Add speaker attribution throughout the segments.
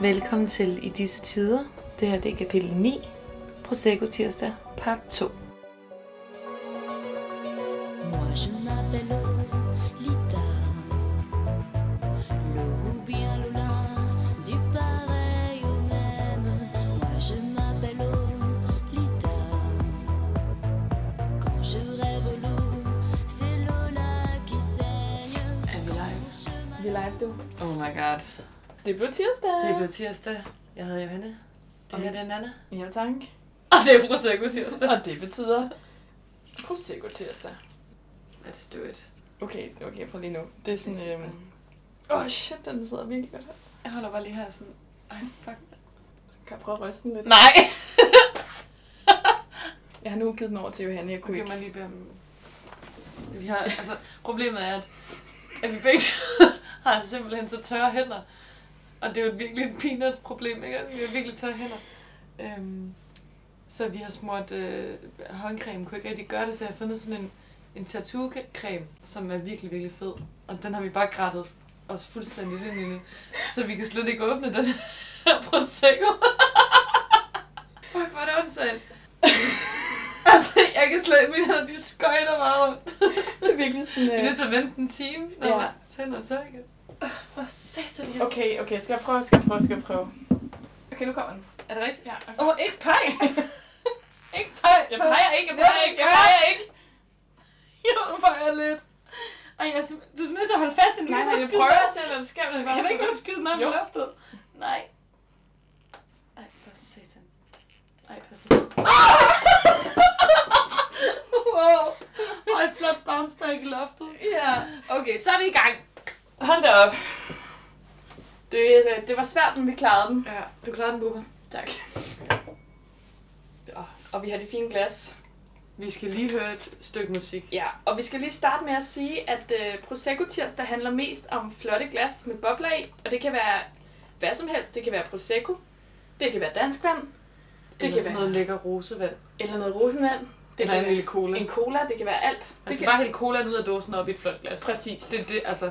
Speaker 1: Velkommen til I disse tider. Det her det er kapitel 9, Prosecco tirsdag, part 2.
Speaker 2: Moi je m'appelle Lita, le ou bien Lola, du pareil au même. Moi je m'appelle Lita, quand je rêve l'eau, c'est Lola qui saigne.
Speaker 1: Er vi live?
Speaker 3: Vi er live, du.
Speaker 1: Oh my god.
Speaker 3: Det blev tirsdag.
Speaker 1: Det er blevet tirsdag. Jeg hedder Johanne. Og
Speaker 3: Det-
Speaker 1: her er Nana.
Speaker 3: Ja, tak.
Speaker 1: Og det er Prosecco tirsdag.
Speaker 3: Og det betyder Prosecco tirsdag.
Speaker 1: Let's do it.
Speaker 3: Okay, okay, prøv lige nu. Det er sådan, øhm... Åh, oh, shit, den sidder virkelig godt her.
Speaker 1: Jeg holder bare lige her sådan... Ej, fuck.
Speaker 3: Kan jeg prøve at ryste den lidt?
Speaker 1: Nej!
Speaker 3: Jeg har nu givet den over til Johanne, jeg kunne
Speaker 1: Okay,
Speaker 3: ikke.
Speaker 1: man lige bede om... Vi har, altså, problemet er, at, at vi begge har simpelthen så tørre hænder. Og det er jo et virkelig et peanuts problem, ikke? Vi har virkelig tørre hænder. Øhm, så vi har smurt øh, håndcreme, kunne ikke rigtig gøre det, så jeg har fundet sådan en, en tattoo-creme, som er virkelig, virkelig fed. Og den har vi bare grættet os fuldstændig ind i nu, så vi kan slet ikke åbne den her prosecco. Fuck, hvor er det åndssvagt. altså, jeg kan slet ikke, mine hænder, de skøjter bare rundt.
Speaker 3: Det er virkelig sådan...
Speaker 1: Vi er
Speaker 3: Øh...
Speaker 1: nødt til at vente en time, når
Speaker 3: Ja.
Speaker 1: ja. tænder og tør igen. For satan, jeg...
Speaker 3: Okay, okay, skal jeg prøve, skal jeg prøve, skal jeg prøve. Okay, nu kommer den.
Speaker 1: Er det rigtigt?
Speaker 3: Ja, okay.
Speaker 1: Åh, oh, ikke pej! ikke pej!
Speaker 3: Jeg peger ikke, jeg peger ikke, jeg peger ikke.
Speaker 1: Jo, nu peger lidt. Ej, jeg er simp- du er nødt til at holde fast i den.
Speaker 3: Nej,
Speaker 1: Du kan
Speaker 3: nej,
Speaker 1: ikke bare
Speaker 3: jeg
Speaker 1: skyde
Speaker 3: prøver at se, hvad der sker. men
Speaker 1: den.
Speaker 3: det er
Speaker 1: Du
Speaker 3: bare
Speaker 1: kan da ikke bare
Speaker 3: sådan-
Speaker 1: skyde den op i
Speaker 3: Jo.
Speaker 1: loftet. Nej. Ej, for satan. Ej, pas nu. wow. Ej, flot bounce back i loftet.
Speaker 3: Ja.
Speaker 1: Okay, så er vi i gang.
Speaker 3: Hold da op. Det, øh, det var svært, men vi klarede den.
Speaker 1: Ja, du klarede den, Bubba.
Speaker 3: Tak. Og, og vi har de fine glas.
Speaker 1: Vi skal lige høre et stykke musik.
Speaker 3: Ja, og vi skal lige starte med at sige, at øh, Prosecco Tirsdag handler mest om flotte glas med bobler i, og det kan være hvad som helst. Det kan være Prosecco, det kan være dansk vand,
Speaker 1: Det Eller
Speaker 3: kan
Speaker 1: sådan
Speaker 3: være-
Speaker 1: noget lækker rosevand.
Speaker 3: eller noget rosenvand. Det
Speaker 1: Eller
Speaker 3: kan
Speaker 1: en lille cola.
Speaker 3: være en cola, det kan være alt.
Speaker 1: Man
Speaker 3: Det
Speaker 1: skal
Speaker 3: kan...
Speaker 1: bare hælde colaen ud af dåsen op i et flot glas.
Speaker 3: Præcis.
Speaker 1: Det er det, altså.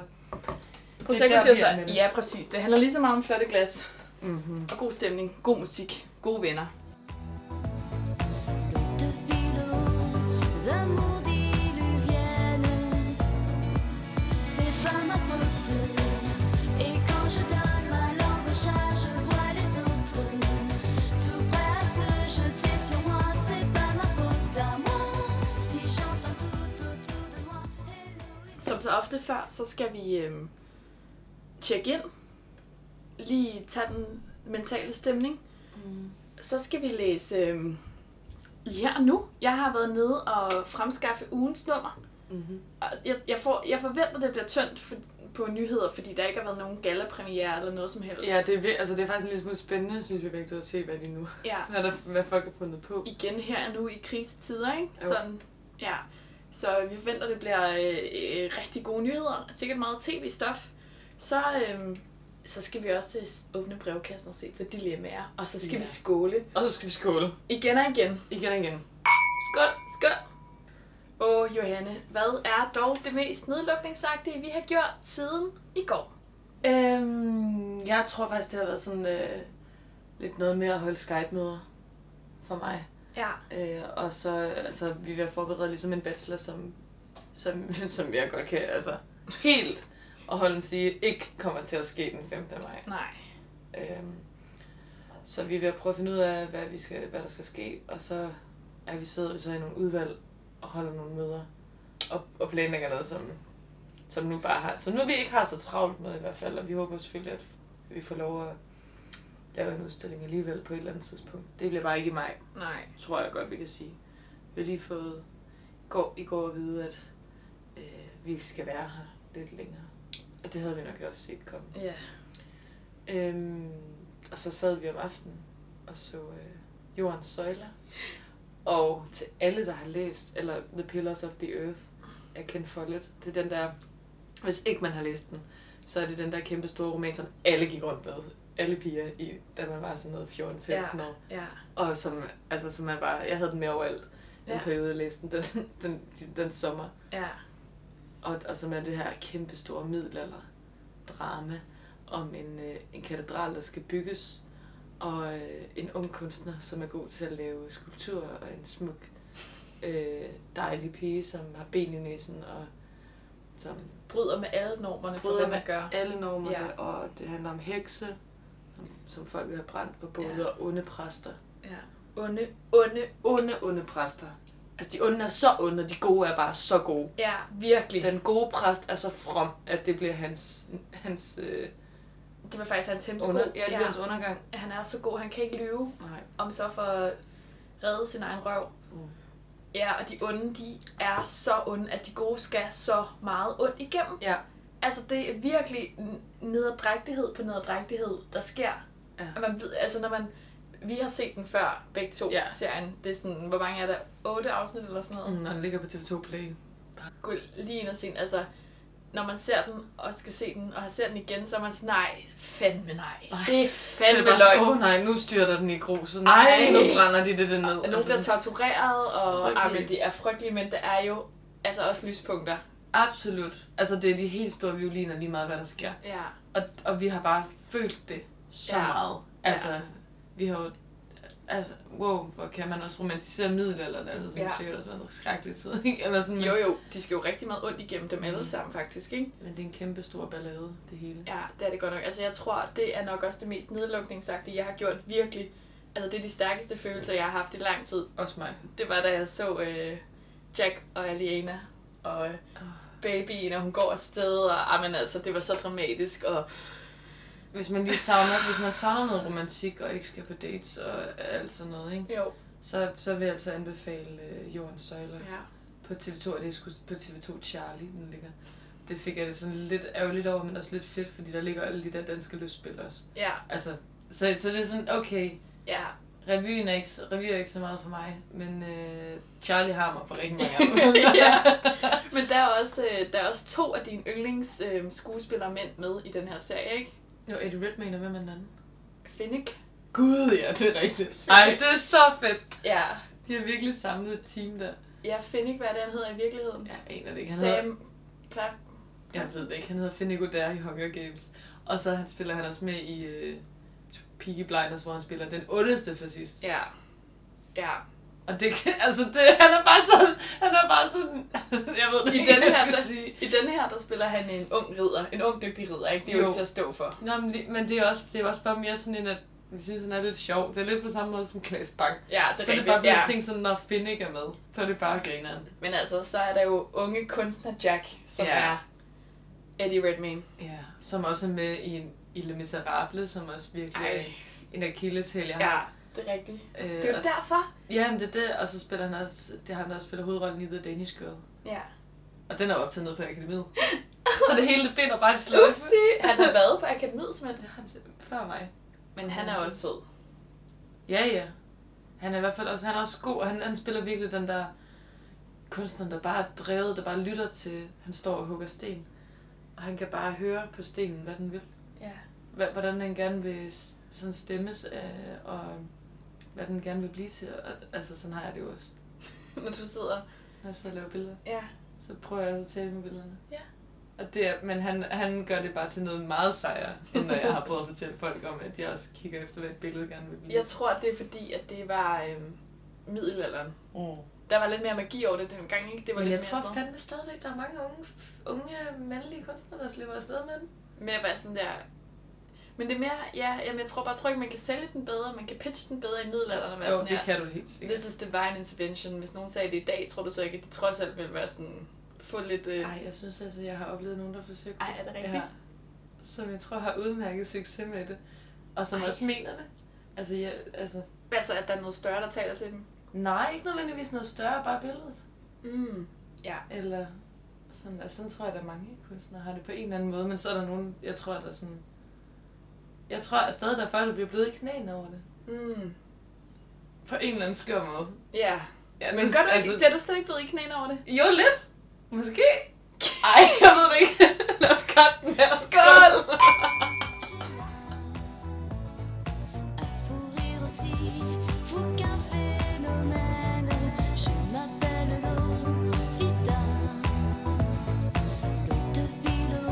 Speaker 3: Prosecco
Speaker 1: der, vi er med
Speaker 3: Tirsdag.
Speaker 1: det.
Speaker 3: Ja, præcis. Det handler lige så meget om flotte glas
Speaker 1: Mm-hmm.
Speaker 3: og god stemning, god musik, gode venner.
Speaker 2: L'eau de filo, amours diluviennes, c'est pas ma faute. Et quand je donne ma langue au chat, je vois les autres. Tout prêt à se jeter sur moi, c'est pas ma faute à moi. Si j'entends tout autour de moi,
Speaker 3: Som så ofte før, så skal vi øhm, tjekke ind, lige tage den mentale stemning.
Speaker 1: Mm.
Speaker 3: Så skal vi læse øhm, her og nu. Jeg har været nede og fremskaffe ugens nummer.
Speaker 1: Mm-hmm.
Speaker 3: Og Jeg, jeg, får, jeg forventer, det bliver tyndt for, på nyheder, fordi der ikke har været nogen gallapremiere eller noget som helst.
Speaker 1: Ja, det er, vir- altså, det er faktisk en lille smule spændende, synes jeg begge to, at se, hvad de nu,
Speaker 3: ja.
Speaker 1: hvad, der, hvad folk har fundet på.
Speaker 3: igen her og nu i krisetider, ikke?
Speaker 1: Jo.
Speaker 3: Sådan, ja. Så vi forventer, det bliver øh, øh, rigtig gode nyheder. Sikkert meget tv-stof. Så, øh, så skal vi også øh, åbne brevkassen og se på dilemmaer. Og så skal
Speaker 1: Ja.
Speaker 3: ja. vi skåle
Speaker 1: Og så skal vi skåle.
Speaker 3: igen og igen.
Speaker 1: Igen og igen.
Speaker 3: Skål, skål! Åh, Johanne, hvad er dog det mest nedlukningsagtige, vi har gjort siden i går?
Speaker 1: Øhm, jeg tror faktisk, det har været sådan øh, lidt noget med at holde Skype-møder for mig.
Speaker 3: Ja,
Speaker 1: Øh, og så, altså, vi er ved at forberede ligesom en bachelor, som, som, som jeg godt kan, altså, helt og holden sige, ikke kommer til at ske den 15. maj.
Speaker 3: nej.
Speaker 1: Øhm, så vi er ved at prøve at finde ud af, hvad, vi skal, hvad der skal ske, og så er vi sidder vi så i nogle udvalg og holder nogle møder og, og planlægger noget, som, som nu bare har. Så nu vi ikke har så travlt med i hvert fald, og vi håber selvfølgelig, at vi får lov at lave en udstilling alligevel på et eller andet tidspunkt. Det bliver bare ikke i maj,
Speaker 3: Nej.
Speaker 1: tror jeg godt, vi kan sige. Vi har lige fået i går, i går at vide, at øh, vi skal være her lidt længere. Og det havde vi nok også set komme.
Speaker 3: Ja.
Speaker 1: Øhm, og så sad vi om aftenen og så øh, Jordens Søjler. Og til alle, der har læst, eller The Pillars of the Earth af Ken Follett, det er den der, hvis ikke man har læst den, så er det den der kæmpe store roman, som alle gik rundt med. Alle piger, i, da man var sådan noget 14-15
Speaker 3: Ja.
Speaker 1: år.
Speaker 3: Ja.
Speaker 1: Og som, altså, som man bare, jeg havde den med overalt en
Speaker 3: Ja.
Speaker 1: periode, jeg læste den, den, den, den sommer.
Speaker 3: Ja.
Speaker 1: Og, og som er det her kæmpe store middelalder drama.
Speaker 4: om en, øh, en katedral, der skal bygges, og øh, en ung kunstner, som er god til at lave skulpturer, og en smuk, øh, dejlig pige, som har ben i næsen, og som
Speaker 3: Bryder med alle normerne for,
Speaker 4: Bryder
Speaker 3: hvad
Speaker 4: med
Speaker 3: man gør.
Speaker 4: alle normerne,
Speaker 3: Ja.
Speaker 4: ja. og det handler om hekse, som, som folk har brændt på bålet,
Speaker 3: Ja.
Speaker 4: ja. og onde præster.
Speaker 3: Ja. Onde, onde.
Speaker 4: Onde, onde præster. Altså, de onde er så onde, og de gode er bare så gode.
Speaker 3: Ja, virkelig.
Speaker 4: Den gode præst er så from, at det bliver hans, hans, øh,
Speaker 3: Det var faktisk hans hemsko.
Speaker 4: under, ja, det bliver hans undergang.
Speaker 3: Han er så god, han kan ikke lyve,
Speaker 4: Nej.
Speaker 3: om så for at redde sin egen røv.
Speaker 4: Mm.
Speaker 3: Ja, og de onde, de er så onde, at de gode skal så meget ondt igennem.
Speaker 4: Ja,
Speaker 3: Altså, det er virkelig n- nederdrægtighed på nederdrægtighed, der sker.
Speaker 4: Ja.
Speaker 3: Og man ved, altså når man... Vi har set den før, begge to,
Speaker 4: Ja.
Speaker 3: serien. Det er sådan, hvor mange er der? Otte afsnit eller sådan noget?
Speaker 4: mm, når den ligger på TV2 Play.
Speaker 3: Gå lige ind og se den. Altså, når man ser den, og skal se den, og har set den igen, så er man sådan, nej, fandme nej.
Speaker 4: Nej.
Speaker 3: Det er
Speaker 4: Den
Speaker 3: fandme
Speaker 4: er bare
Speaker 3: løgn.
Speaker 4: sådan, åh nej, nu styrter den i gruset.
Speaker 3: Ej.
Speaker 4: Nej, nu brænder de det der ned. Altså,
Speaker 3: Og Nogen bliver tortureret, og
Speaker 4: Frygtelige.
Speaker 3: ah, men det er Altså, frygteligt, men der er jo altså også lyspunkter.
Speaker 4: Absolut. Altså, det er de helt store violiner lige meget, hvad der sker.
Speaker 3: Ja.
Speaker 4: Og, og vi har bare følt det så
Speaker 3: Ja.
Speaker 4: ja. meget. Altså,
Speaker 3: Ja.
Speaker 4: ja. vi har jo... Altså, wow, hvor kan man også romantisere middelalderen, altså, som
Speaker 3: Ja.
Speaker 4: ja. sikkert også var en skrækkelig tid, ikke? Eller sådan,
Speaker 3: Mm. Jo jo, de skal jo rigtig meget ondt igennem dem alle sammen faktisk, ikke?
Speaker 4: Men det er en kæmpe stor ballade, det hele.
Speaker 3: Ja, det er det godt nok. Altså jeg tror, det er nok også det mest nedlukningsagtige, jeg har gjort virkelig. Altså det er de stærkeste følelser, jeg har haft i lang tid.
Speaker 4: Også mig.
Speaker 3: Det var da jeg så øh, Jack og Aliena og øh, babyen, og hun går afsted, og ah, men altså, det var så dramatisk, og
Speaker 4: Hvis man lige savner, hvis man savner noget romantik og ikke skal på dates og alt sådan noget, ikke?
Speaker 3: jo,
Speaker 4: Så, så vil jeg altså anbefale øh, Jordens Søjler
Speaker 3: ja.
Speaker 4: på TV2, og det er sgu på TV2 Charlie, den ligger. Det fik jeg det sådan lidt ærgerligt over, men også lidt fedt, fordi der ligger alle de der danske løsspil også.
Speaker 3: Ja,
Speaker 4: Altså, så, så det er sådan, okay,
Speaker 3: ja.
Speaker 4: revyen er ikke, så- revy er ikke så meget for mig, men øh, Charlie har mig for rigtig mange
Speaker 3: ja.
Speaker 4: ja.
Speaker 3: Men der er, også, øh, der er også to af dine yndlings øh, skuespillere mænd med i den her serie, ikke?
Speaker 4: Jo, Eddie Redmayne er med med den anden.
Speaker 3: Finnick.
Speaker 4: Gud, ja, det er rigtigt. Ej, det er så fedt.
Speaker 3: Ja.
Speaker 4: De har virkelig samlet et team der.
Speaker 3: Ja, Finnick, hvad er det, han hedder i virkeligheden?
Speaker 4: Jeg aner det ikke. Han hedder,
Speaker 3: Sam Clap.
Speaker 4: jeg ved det ikke. Han hedder Finnick O'Dare i Hunger Games. Og så han spiller han også med i øh, Peaky Blinders, hvor han spiller den ondeste fascist.
Speaker 3: Ja. Ja.
Speaker 4: Og det kan, altså, det, han er bare så, han er bare sådan, jeg ved det
Speaker 3: I
Speaker 4: ikke,
Speaker 3: denne,
Speaker 4: hvad jeg
Speaker 3: her,
Speaker 4: skal
Speaker 3: der,
Speaker 4: sige.
Speaker 3: I denne her, der spiller han en ung ridder. En ung, dygtig ridder, ikke? Det er jo,
Speaker 4: Jo.
Speaker 3: ikke til at stå for.
Speaker 4: Nå, men, lige- men det er, også, det er også bare mere sådan en, at vi synes, han er lidt sjov. Det er lidt på samme måde som Klaas Bang.
Speaker 3: Ja, det er,
Speaker 4: Så er det
Speaker 3: rigtigt,
Speaker 4: bare blevet
Speaker 3: ja.
Speaker 4: ja. ting sådan, når Finn ikke er med, så er det bare grineren.
Speaker 3: Men altså, så er der jo unge kunstner Jack, som
Speaker 4: Ja.
Speaker 3: er Eddie Redmayne.
Speaker 4: Ja, som også er med i, en, i Le Miserable, som også virkelig er en akilleshæl, jeg
Speaker 3: Ja,
Speaker 4: har.
Speaker 3: det er rigtigt.
Speaker 4: Øh,
Speaker 3: Det er jo
Speaker 4: og-
Speaker 3: derfor.
Speaker 4: Ja, men det er det, og så spiller han også, det er ham, der også spiller hovedrollen i The Danish Girl.
Speaker 3: Ja.
Speaker 4: Og den er optaget nede på akademiet. så det hele det binder bare til slut.
Speaker 3: Upsi, han har været på akademiet, simpelthen.
Speaker 4: Det har han selv- før mig.
Speaker 3: Men han er også sød.
Speaker 4: Ja, ja. Han er i hvert fald også, han er også god, og han, han spiller virkelig den der kunstner, der bare er drevet, der bare lytter til, han står og hugger sten. Og han kan bare høre på stenen, hvad den vil.
Speaker 3: Ja.
Speaker 4: Hva- Hvordan den gerne vil s- sådan stemmes, øh, og hvad den gerne vil blive til. Og, altså, sådan har jeg det jo også.
Speaker 3: Når du sidder...
Speaker 4: Når jeg sidder og laver billeder,
Speaker 3: Ja.
Speaker 4: så prøver jeg også at tale med billederne.
Speaker 3: Ja.
Speaker 4: Og det er, men han, han gør det bare til noget meget sejere, end når jeg har prøvet at fortælle folk om, at jeg også kigger efter, hvad et billede gerne vil blive.
Speaker 3: Jeg tror, det er fordi, at det var øhm, middelalderen.
Speaker 4: Mm.
Speaker 3: Der var lidt mere magi over det dengang, ikke? Det var
Speaker 4: Men jeg
Speaker 3: lidt mere
Speaker 4: tror fandme stadigvæk, der er mange unge, unge mandlige kunstnere, der slipper afsted med den.
Speaker 3: Mere bare sådan der... Men det er mere, ja, jamen jeg tror bare, jeg tror ikke, man kan sælge den bedre, man kan pitche den bedre i middelalderen. og være altså, sådan her,
Speaker 4: kan du helt
Speaker 3: This is divine intervention. Hvis nogen sagde det i dag, tror du så ikke, at de trods alt ville være sådan... Få lidt... Øh...
Speaker 4: Nej, jeg synes altså, jeg har oplevet nogen, der forsøgte.
Speaker 3: Ej, er det rigtigt?
Speaker 4: Ja, som jeg tror har udmærket succes med det. Og som
Speaker 3: Ej.
Speaker 4: Ej. også mener det. Altså, jeg, altså,
Speaker 3: Altså, at der er noget større, der taler til dem.
Speaker 4: nej, ikke nødvendigvis noget større, bare billedet.
Speaker 3: Mm. Ja.
Speaker 4: Eller sådan der. Sådan tror jeg, at mange kunstnere har det på en eller anden måde. Men så er der nogen, jeg tror, der er sådan... Jeg tror at stadig, der er folk, der bliver bløde i knæene over det.
Speaker 3: Mm.
Speaker 4: På en eller anden skør måde.
Speaker 3: Ja.
Speaker 4: Ja,
Speaker 3: Men gør du altså... ikke, er du slet ikke blevet i knæene over det?
Speaker 4: Jo, lidt. Måske. Ej, jeg ved det ikke. Lad os godt den her.
Speaker 3: Skål!
Speaker 2: À fou rire aussi, fou qu'un phénomène. Je m'appelle Lolita. L'autre philo,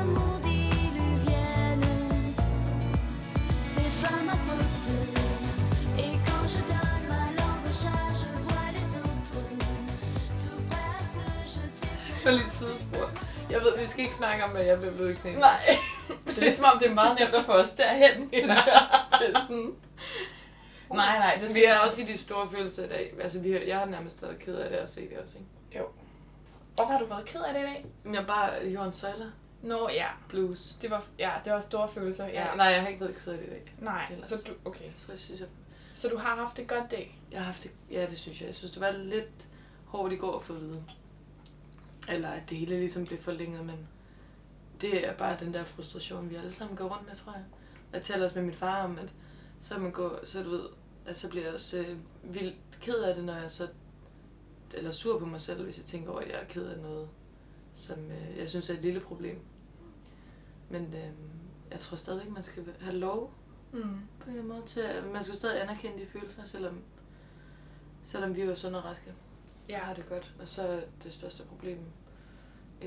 Speaker 2: amours diluviennes.
Speaker 4: Det var lige et sidespor. Jeg ved, vi skal ikke snakke om, hvad jeg blev ved knæ.
Speaker 3: Nej. Det er ligesom om, det er meget nemt at få os derhen, synes jeg. Det er sådan... Nej, nej, det skal
Speaker 4: Vi er også i de store følelser i dag. Altså, vi, har- jeg har nærmest været ked af det at se det også, ikke?
Speaker 3: Hvorfor har du været ked af det i dag?
Speaker 4: Men jeg er bare Jørgen Søjler.
Speaker 3: Nå, ja.
Speaker 4: Blues.
Speaker 3: Det var, ja, det var store følelser. Ja.
Speaker 4: Ja. Nej, jeg har ikke været ked af det i dag.
Speaker 3: Nej,
Speaker 4: Ellers.
Speaker 3: så du, okay.
Speaker 4: Så jeg synes, jeg,
Speaker 3: Så du har haft et godt dag?
Speaker 4: jeg har haft det... Ja, det synes jeg. Jeg synes, det var lidt hårdt i går at få at vide. Eller at det hele ligesom blev forlænget, men... Det er bare den der frustration, vi alle sammen går rundt med, tror jeg. Og jeg taler også med min far om, at så, man går, så du ved, at så bliver jeg også øh, vildt ked af det, når jeg så... Eller sur på mig selv, hvis jeg tænker over, at jeg er ked af noget, som øh, jeg synes er et lille problem. Men øh, jeg tror stadigvæk, man skal have lov
Speaker 3: Mm.
Speaker 4: på en måde til, at man skal stadig anerkende de følelser, selvom, selvom vi jo er sunde og raske.
Speaker 3: Ja.
Speaker 4: Jeg har det godt, og så er det største problem et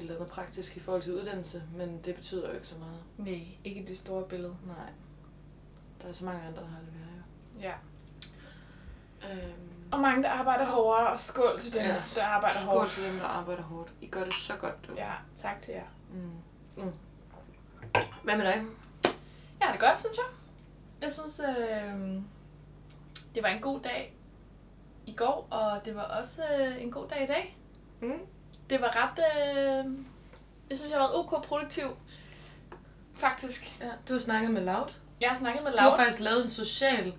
Speaker 4: eller andet praktisk i forhold til uddannelse, men det betyder jo ikke så meget.
Speaker 3: Nej, ikke det store billede.
Speaker 4: Nej. Der er så mange andre, der har det værre jo.
Speaker 3: Ja.
Speaker 4: Øhm,
Speaker 3: Og mange, der arbejder hårdere, og skål til dem,
Speaker 4: Ja.
Speaker 3: ja. der arbejder
Speaker 4: skål
Speaker 3: hårdt.
Speaker 4: til dem, der arbejder hårdt. I gør det så godt, du.
Speaker 3: Ja, tak til jer.
Speaker 4: Mm. Mm. Hvad med dig?
Speaker 3: Jeg har det godt, synes jeg. Jeg synes, øh, det var en god dag i går, og det var også øh, en god dag i dag.
Speaker 4: Mm.
Speaker 3: Det var ret... Øh, jeg synes, jeg har været ok produktiv, faktisk.
Speaker 4: Ja, du har snakket med Loud.
Speaker 3: Jeg har snakket med
Speaker 4: Du har
Speaker 3: Laura.
Speaker 4: faktisk lavet en social,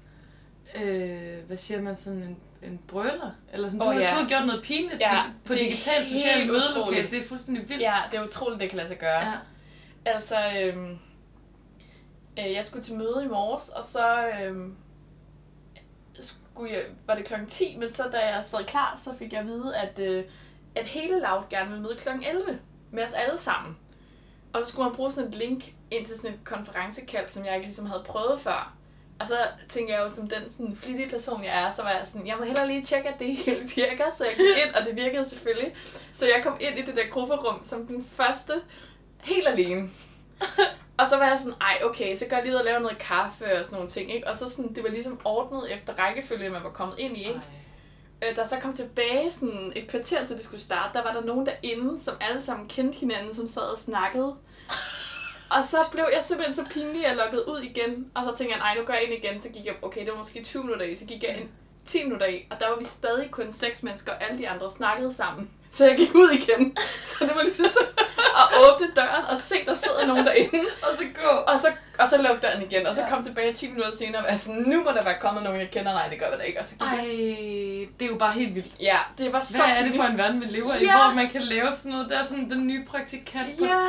Speaker 4: øh, hvad siger man, sådan en, en brøler? Eller sådan, du,
Speaker 3: Åh,
Speaker 4: har,
Speaker 3: ja.
Speaker 4: du har gjort noget pinligt
Speaker 3: Ja,
Speaker 4: ja, på
Speaker 3: det er
Speaker 4: digitalt
Speaker 3: helt
Speaker 4: socialt mødelokale.
Speaker 3: utroligt.
Speaker 4: Det er fuldstændig vildt.
Speaker 3: Ja, det er utroligt, det kan lade sig gøre.
Speaker 4: ja.
Speaker 3: Altså, øhm, øh, jeg skulle til møde i morges, og så øhm, skulle jeg, var det klokken 10, men så da jeg sad klar, så fik jeg at vide, at, øh, at hele Loud gerne ville møde klokken 11 med os alle sammen. Og så skulle man bruge sådan et link ind til sådan et konferencekald, som jeg ikke ligesom havde prøvet før. Og så tænkte jeg jo, som den sådan flittige person, jeg er, så var jeg sådan, jeg må hellere lige tjekke, at det hele virker, så jeg gik ind, og det virkede selvfølgelig. Så jeg kom ind i det der grupperum som den første, helt alene. og så var jeg sådan, ej okay, så går jeg lige ud og laver noget kaffe og sådan nogle ting, ikke? Og så sådan, det var ligesom ordnet efter rækkefølge, man var kommet ind i, ikke? Øh, da jeg så kom tilbage sådan et kvarter til det skulle starte, der var der nogen derinde, som alle sammen kendte hinanden, som sad og snakkede. Og så blev jeg simpelthen så pinlig, at jeg loggede ud igen. Og så tænkte jeg, nej, nu går jeg ind igen. Så gik jeg, okay, det var måske 20 minutter i. Så gik jeg ind 10 minutter i, og der var vi stadig kun seks mennesker, og alle de andre snakkede sammen. Så jeg gik ud igen. Så det var ligesom at åbne døren og se, der sidder nogen derinde.
Speaker 4: Og så gå.
Speaker 3: Og så, og så lukkede døren igen, og så
Speaker 4: Ja.
Speaker 3: kom tilbage 10 minutter senere og var sådan, nu må der være kommet nogen, jeg kender. Nej, det gør der ikke. Og så gik jeg.
Speaker 4: Ej, det er jo bare helt vildt.
Speaker 3: Ja, det var så
Speaker 4: Hvad er det
Speaker 3: pinligt.
Speaker 4: for en verden, vi lever i,
Speaker 3: Ja.
Speaker 4: hvor man kan lave sådan noget? Der er sådan den nye praktikant på
Speaker 3: Ja,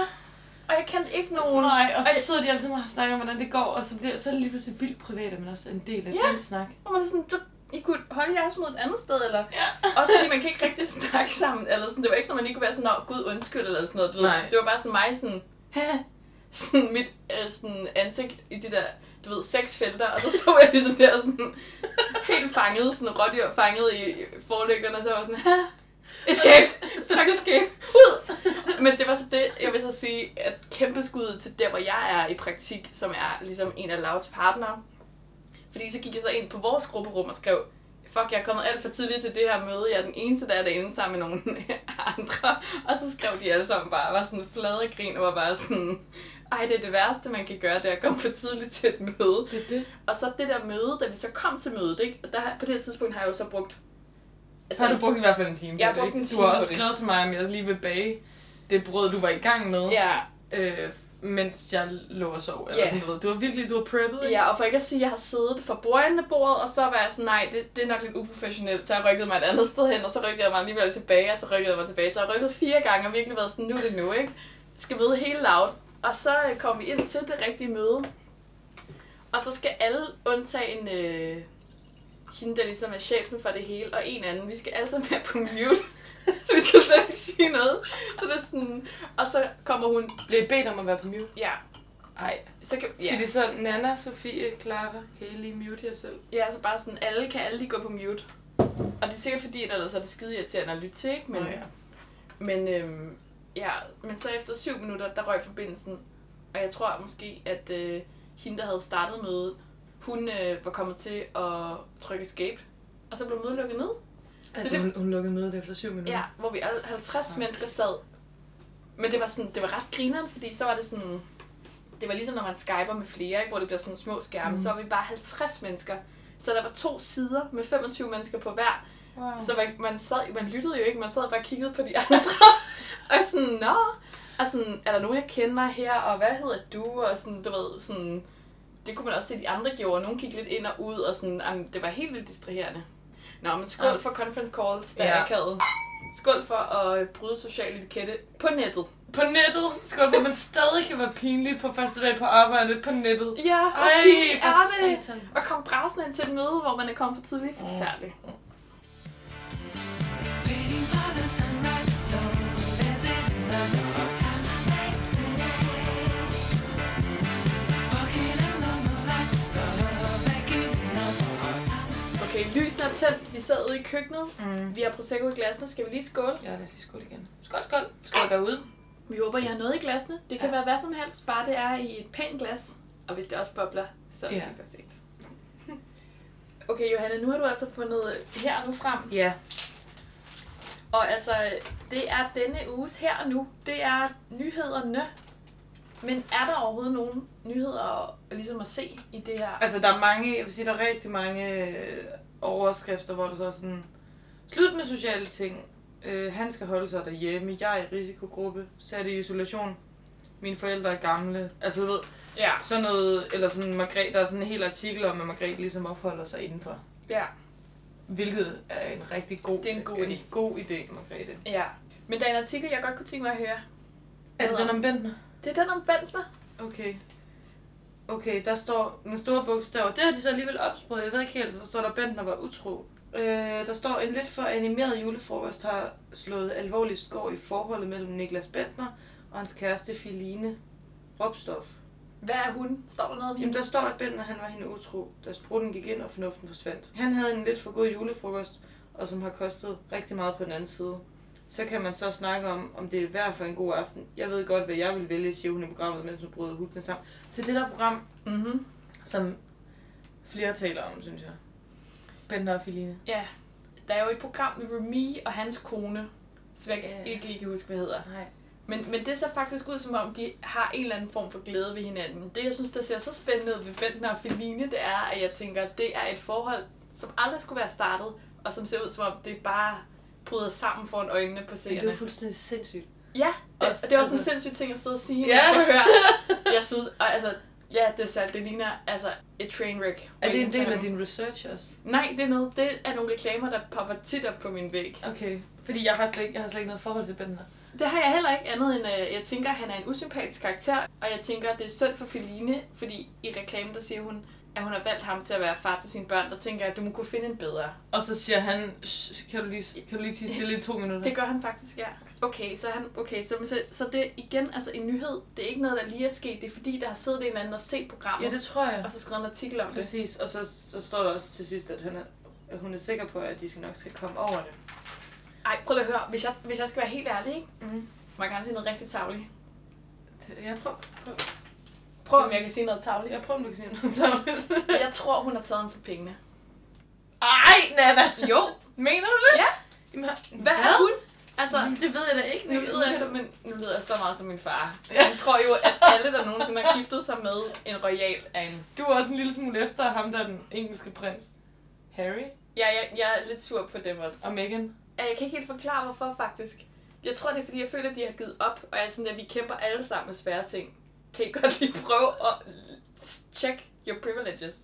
Speaker 3: og jeg kendte ikke nogen.
Speaker 4: Nej, og så
Speaker 3: Ej.
Speaker 4: sidder de alle sammen og snakker om, hvordan det går, og så, bliver, så er det lige pludselig vildt privat, at man også er en del af
Speaker 3: Ja.
Speaker 4: den snak.
Speaker 3: Og man er sådan, så I kunne holde jeres mod et andet sted, eller?
Speaker 4: Ja.
Speaker 3: Også fordi man kan ikke rigtig snakke sammen, eller sådan. Det var ikke sådan, man lige kunne være sådan, nå, gud, undskyld, eller sådan noget. Du ved.
Speaker 4: Nej.
Speaker 3: Det var bare sådan mig, sådan, "Ha." sådan mit øh, sådan ansigt i de der, du ved, seks felter, og så så jeg ligesom der sådan, helt fanget, sådan rådyr fanget i i forlygterne, og så var jeg sådan, "Ha." Escape! Tak, escape! Ud! Men det var så det, jeg vil så sige, at kæmpe skud til der, hvor jeg er i praktik, som er ligesom en af Lauts partnere. Fordi så gik jeg så ind på vores grupperum og skrev, fuck, jeg er kommet alt for tidligt til det her møde, jeg er den eneste, der er derinde sammen med nogle andre. Og så skrev de alle sammen bare, var sådan flade grin, og var bare sådan, ej, det er det værste, man kan gøre, det er at komme for tidligt til et møde.
Speaker 4: Det er det.
Speaker 3: Og så det der møde, da vi så kom til mødet, ikke? Og Der, på det her tidspunkt har jeg jo så brugt... altså,
Speaker 4: Så har du brugt i hvert fald en time på
Speaker 3: Jeg har
Speaker 4: det,
Speaker 3: brugt
Speaker 4: ikke?
Speaker 3: en
Speaker 4: Du
Speaker 3: time
Speaker 4: har
Speaker 3: på
Speaker 4: også
Speaker 3: det.
Speaker 4: skrevet til mig, om jeg lige vil bage det brød, du var i gang med.
Speaker 3: Ja,
Speaker 4: øh, mens jeg lå og sov, eller
Speaker 3: Ja.
Speaker 4: sådan noget. Du har virkelig, du har preppet, ikke?
Speaker 3: Ja, og for ikke at sige, at jeg har siddet for bordenden af bordet, og så var jeg sådan, nej, det, det er nok lidt uprofessionelt, så jeg rykkede mig et andet sted hen, og så rykkede jeg mig alligevel tilbage, og så rykkede jeg mig tilbage, så jeg rykkede fire gange, og virkelig været sådan, nu er det nu, ikke? Skal møde hele loud. Og så øh, kom vi ind til det rigtige møde, og så skal alle undtagen øh, hende, der ligesom er chefen for det hele, og en anden, vi skal alle sammen være på mute, så vi skal slet ikke sige noget. Så det er sådan, og så kommer hun,
Speaker 4: Blev I bedt om at være på mute?
Speaker 3: ja,
Speaker 4: Nej.
Speaker 3: så kan,
Speaker 4: Ja. Siger
Speaker 3: ja,
Speaker 4: de så, Nana, Sofie, Clara, kan I lige mute jer selv?
Speaker 3: Ja, så bare sådan, alle kan alle lige gå på mute. Og det er sikkert fordi, at ellers er det skide irriterende at lytte til, ikke? Men,
Speaker 4: Nå ja.
Speaker 3: men, øhm, ja, men så efter syv minutter, der røg forbindelsen. Og jeg tror måske, at øh, hende, der havde startet mødet, hun øh, var kommet til at trykke escape. Og så blev mødet lukket ned.
Speaker 4: Altså,
Speaker 3: det-
Speaker 4: hun, hun lukkede mødet efter syv minutter.
Speaker 3: Ja, hvor vi alle 50
Speaker 4: Okay.
Speaker 3: mennesker sad Men det var, sådan, det var ret grineren, fordi så var det sådan... Det var ligesom, når man skyper med flere, ikke? hvor det bliver sådan små skærme. Mm. Så var vi bare 50 mennesker. Så der var to sider med 25 mennesker på hver.
Speaker 4: Wow.
Speaker 3: Så man, man, sad, man lyttede jo ikke, man sad bare og kiggede på de andre. og jeg sådan, nå, og sådan, er der nogen, jeg kender her, og hvad hedder du? Og sådan, du ved, sådan, det kunne man også se, de andre gjorde. Nogen gik lidt ind og ud, og sådan, jamen, det var helt vildt distraherende. Nå, men skål
Speaker 4: Ja.
Speaker 3: for conference calls, der
Speaker 4: Ja.
Speaker 3: er akavet. Skål for at øh, bryde social etikette på nettet.
Speaker 4: På nettet. Skål, hvor man stadig kan være pinlig på første dag på arbejde på nettet.
Speaker 3: Ja, og
Speaker 4: Ej,
Speaker 3: pinligt
Speaker 4: for
Speaker 3: er det.
Speaker 4: satan.
Speaker 3: Og kom brasende ind til et møde, hvor man er kommet for tidligt.
Speaker 5: Mm.
Speaker 3: Forfærdeligt.
Speaker 5: Waiting for the sunrise, so there's another summer night today. Walking along the line, love making
Speaker 3: Okay, lysene er tændt. Vi sad ude i køkkenet. Mm. Vi har prosecco i glasene. Skal vi lige skåle?
Speaker 4: Ja, lad os lige skål igen. Skål, skål. Skål derude.
Speaker 3: Vi håber, I har noget i glasene. Det kan ja.
Speaker 4: Ja.
Speaker 3: være hvad som helst, bare det er i et pænt glas. Og hvis det også bobler, så er det
Speaker 4: Ja.
Speaker 3: ja. perfekt. Okay, Johanna, nu har du altså fundet her og nu frem.
Speaker 4: Ja.
Speaker 3: Og altså, det er denne uges her og nu. Det er nyhederne. Men er der overhovedet nogen nyheder at, ligesom at se i det her?
Speaker 4: Altså, der er mange, jeg vil sige, der er rigtig mange øh, overskrifter, hvor der så er sådan, slut med sociale ting, øh, han skal holde sig derhjemme, jeg er i risikogruppe, sat i isolation, mine forældre er gamle, altså du ved,
Speaker 3: Ja.
Speaker 4: sådan noget, eller sådan Margrethe, der er sådan en hel artikel om, at Margrethe ligesom opholder sig indenfor.
Speaker 3: ja.
Speaker 4: Hvilket er en rigtig god,
Speaker 3: Det er en god idé.
Speaker 4: god idé, Margrethe.
Speaker 3: Ja. Men der er en artikel, jeg godt kunne tænke mig at høre.
Speaker 4: Er det
Speaker 3: Bedre.
Speaker 4: den om Bentner?
Speaker 3: Det er den om Bentner.
Speaker 4: Okay. Okay, der står med store bogstaver. Det har de så alligevel opsporet. Jeg ved ikke helt, så står der, Bentner var utro. Øh, der står, en lidt for animeret julefrokost har slået alvorligt skår i forholdet mellem Niklas Bentner og hans kæreste Filine Ropstof.
Speaker 3: Hvad er hun? Står der noget om
Speaker 4: Jamen,
Speaker 3: hende?
Speaker 4: der står, at Bentner han var hende utro, da sprutten gik ind, og fornuften forsvandt. Han havde en lidt for god julefrokost, og som har kostet rigtig meget på den anden side. Så kan man så snakke om, om det er værd for en god aften. Jeg ved godt, hvad jeg vil vælge, siger hun i programmet, mens hun bryder hudene sammen. Det er det der program,
Speaker 3: Mm-hmm.
Speaker 4: som flere taler om, synes jeg. Bentner og Filine.
Speaker 3: Ja, der er jo et program med Remy og hans kone, som jeg
Speaker 4: Ja.
Speaker 3: ikke lige kan huske, hvad hedder.
Speaker 4: Nej.
Speaker 3: Men, men det ser faktisk ud som om, de har en eller anden form for glæde ved hinanden. Det, jeg synes, der ser så spændende ud ved Bentner og Feline, det er, at jeg tænker, at det er et forhold, som aldrig skulle være startet, og som ser ud som om, det bare bryder sammen foran øjnene på
Speaker 4: Det er
Speaker 3: seerne.
Speaker 4: jo fuldstændig sindssygt.
Speaker 3: Ja, og,
Speaker 4: Altså-
Speaker 3: og det var sådan en
Speaker 4: altså-
Speaker 3: sindssyg ting at sidde og sige.
Speaker 4: Ja.
Speaker 3: men prøv at høre. Jeg synes, og, altså, ja, det, er sandt, det ligner altså et train wreck.
Speaker 4: Er det en del af din research også?
Speaker 3: Nej, det er, noget, det er nogle reklamer, der popper tit op på min væg.
Speaker 4: Okay. Fordi jeg har slet ikke, jeg har slet ikke noget forhold til Bentner.
Speaker 3: Det har jeg heller ikke andet end, øh, jeg tænker, at han er en usympatisk karakter, og jeg tænker, at det er synd for Feline, fordi i reklamen, der siger hun, at hun har valgt ham til at være far til sine børn, der tænker jeg, at du må kunne finde en bedre.
Speaker 4: Og så siger han, "Shh, kan du lige, kan du lige tige stille i to minutter?
Speaker 3: Det gør han faktisk, ja. Okay, så, han, okay, så, så, så det er igen altså en nyhed. Det er ikke noget, der lige er sket. Det er fordi, der har siddet en eller anden og set programmet,
Speaker 4: Ja, det tror jeg.
Speaker 3: og så skrevet en artikel om det.
Speaker 4: Præcis, og så, så står der også til sidst, at hun er, at hun er sikker på, at de skal nok skal komme over det.
Speaker 3: Ej, prøv lige at høre. Hvis jeg, hvis jeg skal være helt ærlig, ikke?
Speaker 4: Mhm.
Speaker 3: man kan sige noget rigtig tavligt.
Speaker 4: Jeg prøver, prøv,
Speaker 3: Prøv om jeg kan sige noget tavligt.
Speaker 4: jeg prøver om du kan sige noget sammen.
Speaker 3: Jeg tror, hun har taget ham for pengene.
Speaker 4: Ej, Nana!
Speaker 3: Jo,
Speaker 4: Mener du det?
Speaker 3: Ja.
Speaker 4: Jamen,
Speaker 3: hvad er hun? Altså,
Speaker 4: Jamen, det ved jeg da ikke.
Speaker 3: Nu
Speaker 4: Nana.
Speaker 3: lyder jeg, simpelthen, nu lyder jeg så meget som min far.
Speaker 4: Ja.
Speaker 3: Jeg tror jo, at alle, der nogensinde har giftet sig med en royal, er en...
Speaker 4: Du er også en lille smule efter ham, der er den engelske prins. Harry
Speaker 3: Ja, jeg, jeg er lidt sur på dem også.
Speaker 4: og Meghan.
Speaker 3: Ja, Jeg kan ikke helt forklare, hvorfor faktisk. Jeg tror, det er, fordi jeg føler, at de har givet op, og jeg er sådan, at vi kæmper alle sammen med svære ting. Kan I godt lige prøve at check your privileges?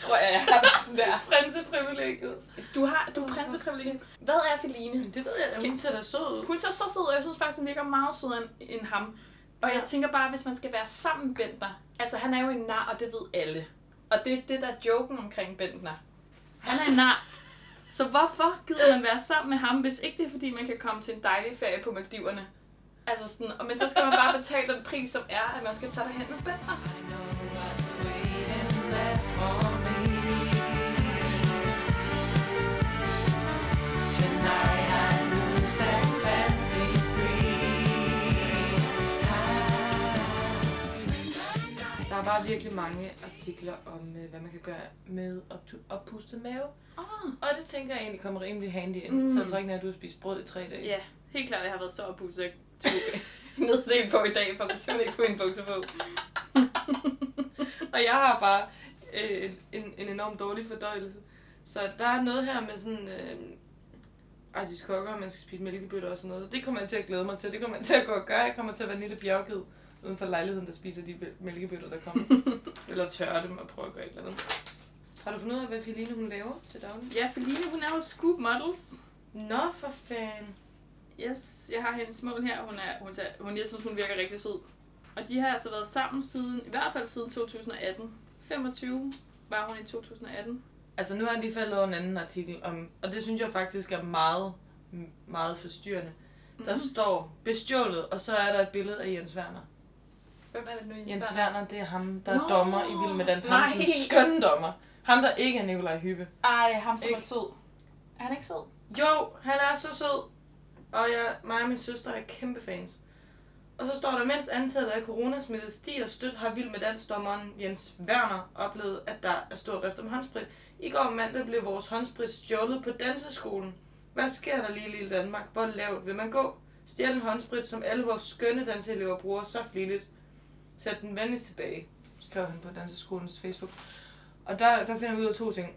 Speaker 3: Tror jeg, jeg har det sådan der.
Speaker 4: Prinseprivilegiet.
Speaker 3: Du har du er
Speaker 4: Åh,
Speaker 3: prinseprivilegiet. Hvad er Feline?
Speaker 4: Men det ved jeg, at hun ser da sød ud.
Speaker 3: Hun ser så sød, ud, og jeg synes faktisk, hun virker meget sødere end, end ham. Og jeg
Speaker 4: Ja.
Speaker 3: tænker bare, hvis man skal være sammen med Bentner, altså han er jo en nar, og det ved alle. Og det er det, der er joken omkring Bentner. Han er en nar. Så hvorfor gider man være sammen med ham, hvis ikke det er, fordi man kan komme til en dejlig ferie på Maldiverne? Altså sådan, og men så skal man bare betale den pris, som er, at man skal tage derhen med Bentner.
Speaker 4: Der er bare virkelig mange artikler om, øh, hvad man kan gøre med optu- oppustet mave.
Speaker 3: Åh, oh,
Speaker 4: Og det tænker jeg egentlig kommer rimelig handy ind,
Speaker 3: Mm.
Speaker 4: mm. selvom der ikke er, at du har spist brød i tre dage.
Speaker 3: ja. Helt klart, det har været så opbudset. tog neddel på i dag, for jeg kunne simpelthen ikke få mine bukser på.
Speaker 4: Og jeg har bare øh, en, en enorm dårlig fordøjelse. Så der er noget her med sådan... Øh, artiskokker, og man skal spise mælkebøtter og sådan noget. Så det kommer jeg til at glæde mig til. Det kommer jeg til at gå og gøre. Jeg kommer til at være en lille bjergked uden for lejligheden, der spiser de bæ- mælkebøtter, der kommer. Eller tørre dem og prøve at gøre et eller andet. Har du fundet ud af, hvad Feline hun laver til daglig?
Speaker 3: Ja, Feline, hun er jo Scoop Models.
Speaker 4: Nå for fanden.
Speaker 3: Yes, jeg har hendes mål her. Hun er, hun, tager, hun, jeg synes, hun virker rigtig sød. Og de har altså været sammen siden, i hvert fald siden 2018. 25 var hun i 2018.
Speaker 4: Altså nu har de faldet over en anden artikel, om, og det synes jeg faktisk er meget, meget forstyrrende. Der
Speaker 3: Mhm.
Speaker 4: står bestjålet, og så er der et billede af Jens Werner.
Speaker 3: Hvem er det nu, Jens,
Speaker 4: Jens
Speaker 3: Werner?
Speaker 4: Werner, det er ham, der er
Speaker 3: Nå,
Speaker 4: dommer i Vild med Dans. Han er sådan
Speaker 3: nej.
Speaker 4: en skøn dommer. Ham, der ikke er Nikolaj Hyppe.
Speaker 3: Ej, ham som er
Speaker 4: Ikke?
Speaker 3: sød. Er han ikke sød?
Speaker 4: Jo, han er så sød. Og jeg, mig og min søster er kæmpe fans. Og så står der, mens antallet af coronasmittede stiger stødt, har Vild med Dansdommeren Jens Werner oplevet, at der er stor rift om håndsprit. I går mandag blev vores håndsprit stjålet på danseskolen. Hvad sker der lige i lille Danmark? Hvor lavt vil man gå? Stjæl en håndsprit, som alle vores skønne danseelever bruger så flittigt. Sæt den venligst tilbage, skrev han på danseskolens Facebook. Og der, der finder vi ud af to ting.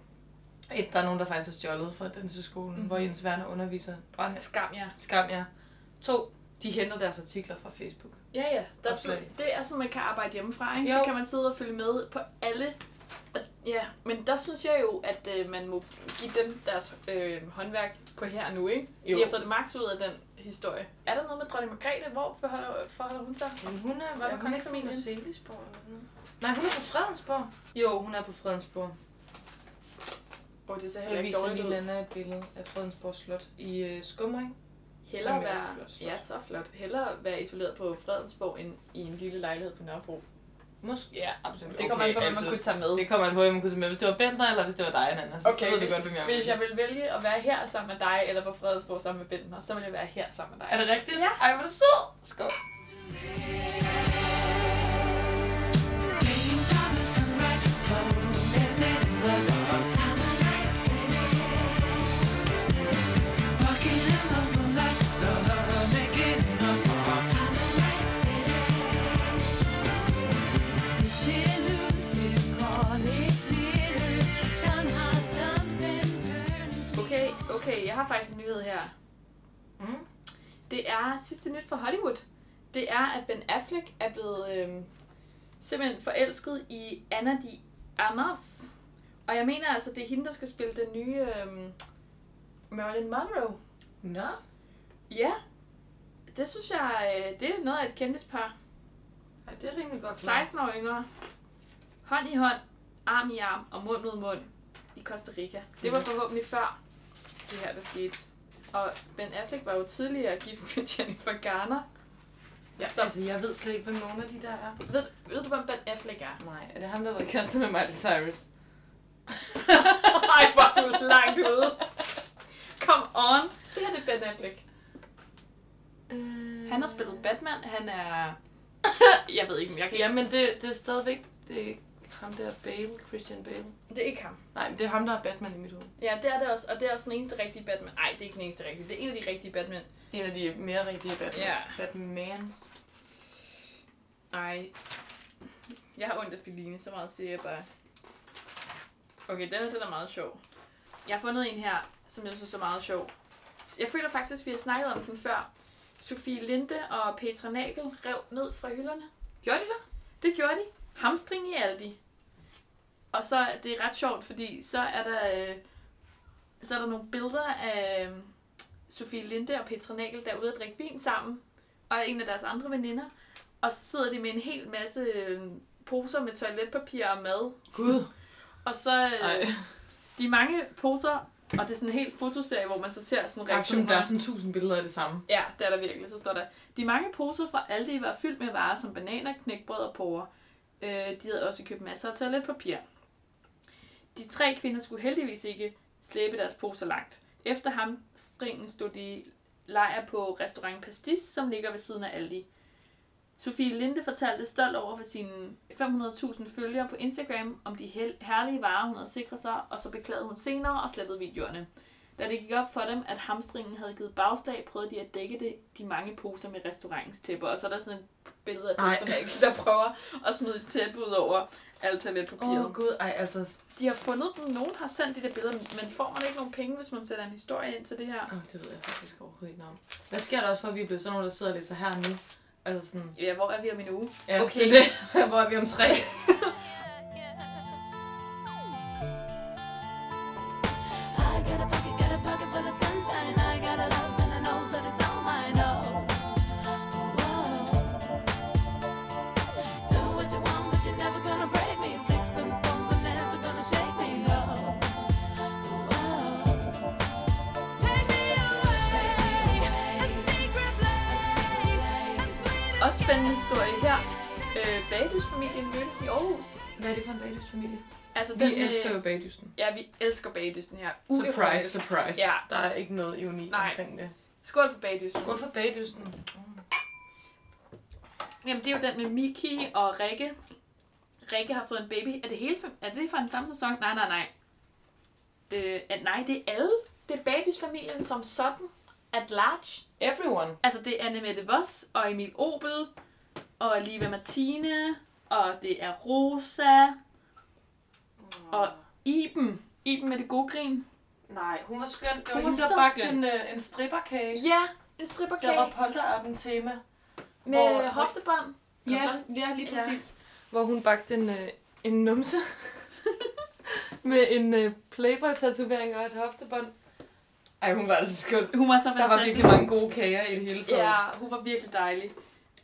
Speaker 4: Et, der er nogen, der faktisk er stjålet fra danseskolen, mm-hmm. hvor Jens Werner underviser. Brand,
Speaker 3: Skam, ja.
Speaker 4: skam jer. To, de henter deres artikler fra Facebook.
Speaker 3: Ja, ja. Der er
Speaker 4: Opslag.
Speaker 3: sådan, det er sådan, man kan arbejde hjemmefra, ikke?
Speaker 4: Jo.
Speaker 3: Så kan man sidde og følge med på alle. Og- Ja, men der synes jeg jo, at øh, man må give dem deres øh, håndværk på her og nu, ikke?
Speaker 4: Jo.
Speaker 3: Jo. De har fået det max ud af den historie. Er der noget med dronning Margrethe? Hvor forholder, forholder hun sig?
Speaker 4: Men hun er,
Speaker 3: er
Speaker 4: var
Speaker 3: hun
Speaker 4: hun
Speaker 3: ikke
Speaker 4: ikke
Speaker 3: fra
Speaker 4: familien?
Speaker 3: min-
Speaker 4: Marcelisborg eller noget? Nej, hun er på Fredensborg. Jo, hun er på Fredensborg.
Speaker 3: Åh, oh, det ser heller
Speaker 4: Jeg
Speaker 3: ikke
Speaker 4: viser
Speaker 3: dårligt
Speaker 4: lige
Speaker 3: ud.
Speaker 4: Nana et billede af Fredensborg Slot i øh, Skumring.
Speaker 3: Hellere
Speaker 4: Som er
Speaker 3: være,
Speaker 4: flot, flot.
Speaker 3: ja, så flot. Hellere være isoleret på Fredensborg end i en lille lejlighed på Nørrebro.
Speaker 4: Måske, ja, absolut.
Speaker 3: Det kommer okay, an på, hvad man
Speaker 4: altid.
Speaker 3: kunne tage med.
Speaker 4: Det kommer an på, hvem man kunne tage med. Hvis det var Bender, eller hvis det var dig, Nana, så, okay, så ved vi godt, hvem jeg
Speaker 3: hvis jeg ville vælge at være her sammen med dig, eller på Fredensborg sammen med Bentner, så ville jeg være her sammen med dig.
Speaker 4: Er det rigtigt?
Speaker 3: Ja.
Speaker 4: Ej, hvor er du sød. Skål.
Speaker 3: Okay, okay, jeg har faktisk en nyhed her.
Speaker 4: Mm.
Speaker 3: Det er sidste nyt fra Hollywood. Det er, at Ben Affleck er blevet øhm, simpelthen forelsket i Anna de Armas. Og jeg mener altså, det er hende, der skal spille den nye øhm, Marilyn Monroe.
Speaker 4: Nå.
Speaker 3: Ja, det synes jeg, øh, det er noget af et kendispar.
Speaker 4: Ej, det er rimelig godt. klaret.
Speaker 3: 16 år yngre. Hånd i hånd, arm i arm og mund mod mund i Costa Rica. Det var forhåbentlig før det her, der skete. Og Ben Affleck var jo tidligere gift med Jennifer Garner.
Speaker 4: Ja,
Speaker 3: Så-
Speaker 4: altså, jeg ved slet ikke, hvad nogen af de der er.
Speaker 3: Ved, ved du, hvem Ben Affleck er?
Speaker 4: Nej, er det ham, der har været kæreste med Miley Cyrus?
Speaker 3: Ej, hvor er du langt ude. Come on. Det her det er Ben Affleck. Han har spillet Batman. Han er... jeg ved ikke, men jeg kan ikke...
Speaker 4: Jamen, det, det er stadigvæk... Det er ham der Bale, Christian Bale.
Speaker 3: det er ikke ham.
Speaker 4: Nej, men det er ham, der er Batman i mit hoved.
Speaker 3: Ja, det er det også. Og det er også den eneste rigtige Batman. Nej, det er ikke den eneste rigtige. Det er en af de rigtige Batman.
Speaker 4: En af de mere rigtige Batman.
Speaker 3: Ja.
Speaker 4: Batmans.
Speaker 3: Nej. Jeg har ondt af Feline, så meget siger jeg bare. Okay, den er, den er meget sjov. Jeg har fundet en her, som jeg synes er meget sjov. Jeg føler faktisk, vi har snakket om den før. Sofie Linde og Petra Nagel rev ned fra hylderne.
Speaker 4: Gjorde de det?
Speaker 3: Det gjorde de. Hamstring i Aldi. Og så det er ret sjovt, fordi så er der øh, så er der nogle billeder af øh, Sofie Linde og Petra Nagel, der er ude at drikke vin sammen, og en af deres andre veninder. Og så sidder de med en hel masse øh, poser med toiletpapir og mad.
Speaker 4: Gud.
Speaker 3: Og så
Speaker 4: Nej.
Speaker 3: øh, de er mange poser, og det er sådan en helt fotoserie, hvor man så ser sådan
Speaker 4: Der er, sådan, der er
Speaker 3: reaktioner.
Speaker 4: sådan tusind billeder af det samme.
Speaker 3: Ja, det er der virkelig. Så står der, de mange poser fra Aldi var fyldt med varer som bananer, knækbrød og porre. Øh, de havde også købt masser af toiletpapir. De tre kvinder skulle heldigvis ikke slæbe deres poser langt. Efter hamstringen stod de lejr på restaurant Pastis, som ligger ved siden af Aldi. Sofie Linde fortalte stolt over for sine 500.000 følgere på Instagram om de hel- herlige varer, hun havde sikret sig, og så beklagede hun senere og slettede videoerne.
Speaker 6: Da det gik op for dem, at hamstringen havde givet bagslag, prøvede de at dække det de mange poser med restaurantens tæpper. Og så er der sådan et billede af
Speaker 4: Ej.
Speaker 6: personalet, der prøver at smide et tæppe ud over alt toiletpapiret.
Speaker 4: Åh
Speaker 6: Oh.
Speaker 4: oh, gud, ej altså,
Speaker 6: De har fundet dem. Nogen har sendt de der billeder, men får man ikke nogen penge, hvis man sætter en historie ind til det her?
Speaker 4: oh, det ved jeg faktisk overhovedet ikke noget om. Hvad sker der også for, at vi bliver sådan nogle, der sidder og læser her nu? Altså sådan,
Speaker 6: Ja, hvor er vi om en uge?
Speaker 4: ja,
Speaker 6: Okay.
Speaker 4: okay. det, er det. hvor er vi om tre?
Speaker 2: I got a pocket, got a pocket full of sunshine. I got a love and I know that it's all mine. Oh, oh. Do what you want, but you're never gonna break me. Sticks and stones are never gonna shake me. No. Oh. Take me away, a secret place, a sweet
Speaker 6: Også spændende historie her. Øh, Bagdysfamilien mødtes i Aarhus.
Speaker 4: Hvad er det for en bagdysfamilie?
Speaker 6: Altså,
Speaker 4: Vi
Speaker 6: den, øh,
Speaker 4: elsker jo bagdysten.
Speaker 6: Ja, vi elsker bagdysten her.
Speaker 4: Surprise,
Speaker 6: Uironisk.
Speaker 4: surprise.
Speaker 6: Ja.
Speaker 4: Der er ikke noget ironi
Speaker 6: Nej.
Speaker 4: omkring det.
Speaker 6: Skål for bagdysten.
Speaker 4: Kun for bagdysten. Mm.
Speaker 6: Jamen, det er jo den med Miki og Rikke. Rikke har fået en baby. Er det, hele, fam- er det fra den samme sæson? Nej, nej, nej. Øh, at, nej, det er alle. Det er Bagdys-familien som sådan. At large.
Speaker 4: Everyone.
Speaker 6: Altså, det er Annemette Voss og Emil Obel og Liva Martine. Og det er Rosa og Iben. Iben med det gode grin.
Speaker 1: Nej, hun var skøn. Det
Speaker 6: Hun
Speaker 1: var hende,
Speaker 6: var
Speaker 1: der
Speaker 6: så
Speaker 1: bagte
Speaker 6: skøn.
Speaker 1: en, øh, en
Speaker 6: Ja,
Speaker 1: stripperkage.
Speaker 6: en
Speaker 1: Der var
Speaker 6: stripperkage
Speaker 1: polterappen tema. hvor-
Speaker 6: med hoftebånd.
Speaker 4: Ja,
Speaker 6: Eller-
Speaker 4: ja lige
Speaker 6: Ja.
Speaker 4: præcis. Ja. Hvor hun bagte en, øh, en numse med en øh, playboy-tatovering og et hoftebånd. Ej, hun var altså skøn.
Speaker 6: Hun var så
Speaker 4: Der
Speaker 6: fantastisk.
Speaker 4: var virkelig mange gode kager i det hele taget. Ja.
Speaker 6: Ja, hun var virkelig dejlig.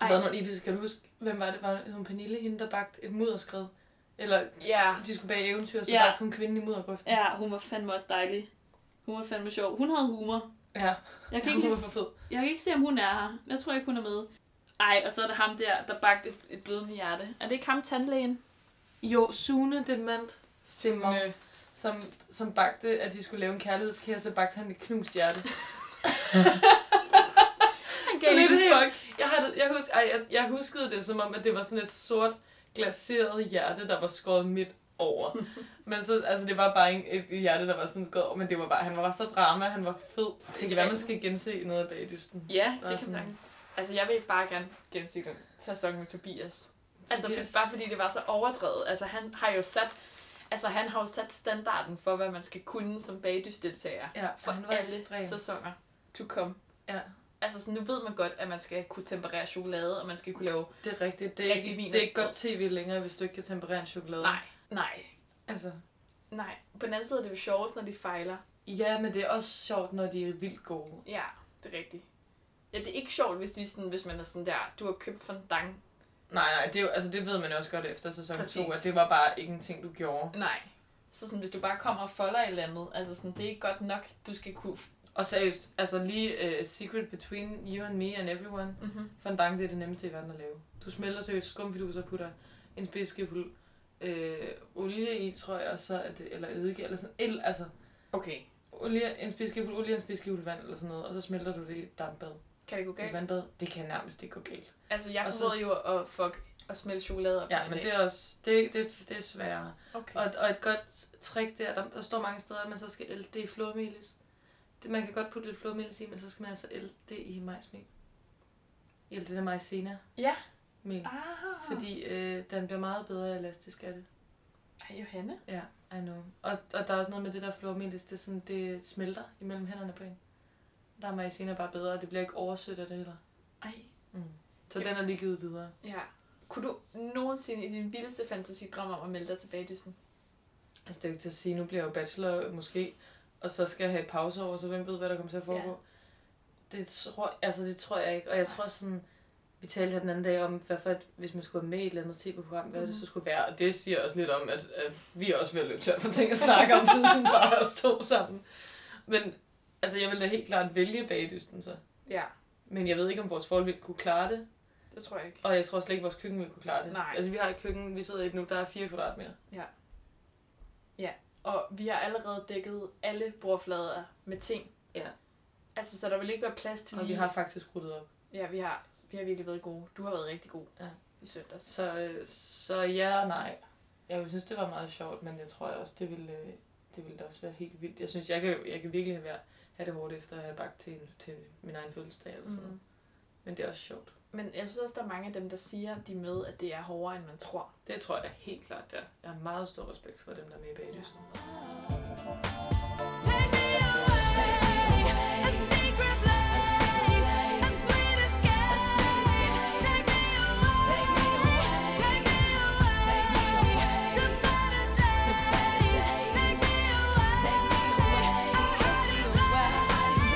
Speaker 4: Der var nogle episke, kan du huske, hvem var det? Var det- hed hun Pernille, hende der bagte et mudderskred? Eller
Speaker 6: Ja.
Speaker 4: de skulle bage eventyr, så
Speaker 6: Ja.
Speaker 4: ja. bagte hun kvinden i muddergrøften.
Speaker 6: Ja, hun var fandme også dejlig. Hun var fandme sjov. Hun havde humor.
Speaker 4: ja.
Speaker 6: Jeg kan,
Speaker 4: Hun
Speaker 6: ikke,
Speaker 4: var
Speaker 6: lige,
Speaker 4: for fed.
Speaker 6: jeg kan ikke se, om hun er her. Jeg tror ikke, hun er med. Ej, og så er der ham der, der bagte et, et blødende hjerte. Er det ikke ham, tandlægen?
Speaker 4: Jo, Sune, det mand, Simone, som, som bagte, at de skulle lave en kærlighedskære, så bagte han et knust hjerte.
Speaker 6: Han
Speaker 4: gav ikke en
Speaker 6: fuck.
Speaker 4: Jeg, havde, jeg, husk, ej, jeg, jeg huskede det som om, at det var sådan et sort glaseret hjerte, der var skåret midt over. men så, altså, det var bare en, et hjerte, der var sådan skåret over, men det var bare, han var bare så drama, han var fed. Det kan være, man skal gense noget af bagdysten.
Speaker 6: Ja,
Speaker 4: Bare
Speaker 6: det kan
Speaker 4: sådan-
Speaker 6: sagtens.
Speaker 3: Altså, jeg vil bare gerne gense den sæson med Tobias. Altså,
Speaker 4: Tobias.
Speaker 3: for, bare fordi det var så overdrevet. Altså, han har jo sat... Altså, han har jo sat standarden for, hvad man skal kunne som bagdysdeltager.
Speaker 4: Ja,
Speaker 3: For
Speaker 4: for han var
Speaker 3: alle
Speaker 4: ekstrem.
Speaker 3: sæsoner to come.
Speaker 4: Ja,
Speaker 3: Altså, sådan, nu ved man godt, at man skal kunne temperere chokolade, og man skal kunne lave...
Speaker 4: det er rigtigt. Det er,
Speaker 3: Rigtig
Speaker 4: ikke,
Speaker 3: vin
Speaker 4: det er
Speaker 3: og-
Speaker 4: ikke godt tv længere, hvis du ikke kan temperere en chokolade.
Speaker 3: Nej, nej,
Speaker 4: Altså,
Speaker 3: nej. På den anden side er det jo sjovest, når de fejler.
Speaker 4: ja, men det er også sjovt, når de er vildt gode.
Speaker 3: Ja, det er rigtigt. Ja, det er ikke sjovt, hvis, de er sådan, hvis man er sådan der, du har købt fondant.
Speaker 4: Nej, nej, det, er jo, altså, det ved man jo også godt efter sæson 2,
Speaker 3: Præcis.
Speaker 4: at det var bare ikke en ting, du gjorde.
Speaker 3: Nej. Så sådan, hvis du bare kommer og folder et eller andet, altså sådan, det er ikke godt nok, du skal kunne...
Speaker 4: Og seriøst, altså lige uh, Secret Between You and Me and Everyone,
Speaker 3: Mm-hmm.
Speaker 4: fondant, det er det nemmeste i verden at lave. Du smelter seriøst skumfiduser og putter en spidskefuld øh, olie i, tror jeg, og så er det, eller eddike, eller sådan, el, altså
Speaker 3: Okay.
Speaker 4: olie, en spidskefuld olie og en spidskefuld vand, eller sådan noget, og så smelter du det i et dampbad.
Speaker 3: Kan det gå
Speaker 4: Okay. Et
Speaker 3: galt?
Speaker 4: vandbad, det kan nærmest ikke gå galt.
Speaker 3: Altså, jeg
Speaker 4: Og så-
Speaker 3: formåede jo at, fuck, at smelte chokolade op.
Speaker 4: Ja, men det er også, det, det, det er sværere.
Speaker 3: Okay.
Speaker 4: Og, og et godt trick der, der, der står mange steder, at man så skal ælte det i flormelis. Det, man kan godt putte lidt flormelis i, men så skal man altså ælte det i majsmel. Ælte det majsena.
Speaker 3: Ja.
Speaker 4: Mel.
Speaker 3: Ah. Fordi...
Speaker 4: Fordi øh, den bliver meget bedre elastisk af det.
Speaker 3: Ej, Johanne.
Speaker 4: Ja, I know. Og, og der er også noget med det der flormelis, det, er sådan, det smelter imellem hænderne på en. Der er majsena bare bedre, og det bliver ikke oversødt af det heller. Mm.
Speaker 3: Ej.
Speaker 4: Så den er lige givet videre.
Speaker 3: Ja. Kunne du nogensinde i din vildeste fantasi drømme om at melde dig tilbage i dysten?
Speaker 4: Altså, det er jo ikke til at sige, nu bliver jeg jo bachelor måske, og så skal jeg have et pause over, så hvem ved, hvad der kommer til at foregå. Ja. Det, tror, altså, det tror jeg ikke, og jeg tror sådan, vi talte her den anden dag om, hvad for et, hvis man skulle være med i et eller andet tv-program, hvad mm. det så skulle være. Og det siger også lidt om, at, at vi er også ved at løbe tør for ting at snakke om, siden vi bare os to sammen. Men altså, jeg ville da helt klart vælge bagdysten så.
Speaker 3: Ja,
Speaker 4: Men jeg ved ikke, om vores forhold ville kunne klare det,
Speaker 3: det tror jeg ikke.
Speaker 4: og jeg tror slet ikke, vores køkken ville kunne klare det.
Speaker 3: Nej.
Speaker 4: Altså, vi har et køkken, vi sidder i et nu, der er 4 kvadratmeter.
Speaker 3: Og vi har allerede dækket alle bordflader med ting.
Speaker 4: Ja.
Speaker 3: Altså, så der vil ikke være plads til
Speaker 4: Og vi
Speaker 3: lige-
Speaker 4: har faktisk ryddet op.
Speaker 3: Ja, vi har, vi har virkelig været gode. Du har været rigtig god
Speaker 4: Ja.
Speaker 3: i søndags.
Speaker 4: Så, øh, så ja og nej. Jeg ville synes, det var meget sjovt, men jeg tror også, det ville, øh, det ville da også være helt vildt. Jeg synes, jeg kan, jeg kan virkelig have, været- have det hårdt efter at have bagt til, en, til min egen fødselsdag eller sådan noget.
Speaker 3: Mm.
Speaker 4: Men det er også sjovt.
Speaker 3: Men jeg synes også, der er mange af dem, der siger, de er med, at det er hårdere, end man tror.
Speaker 4: Det tror jeg da helt klart, der. Jeg har meget stor respekt for dem, der er med i baglysten.
Speaker 2: Take me away, a secret place, a sweet escape. Take me away, take me away, to better days. Take me away, take me away,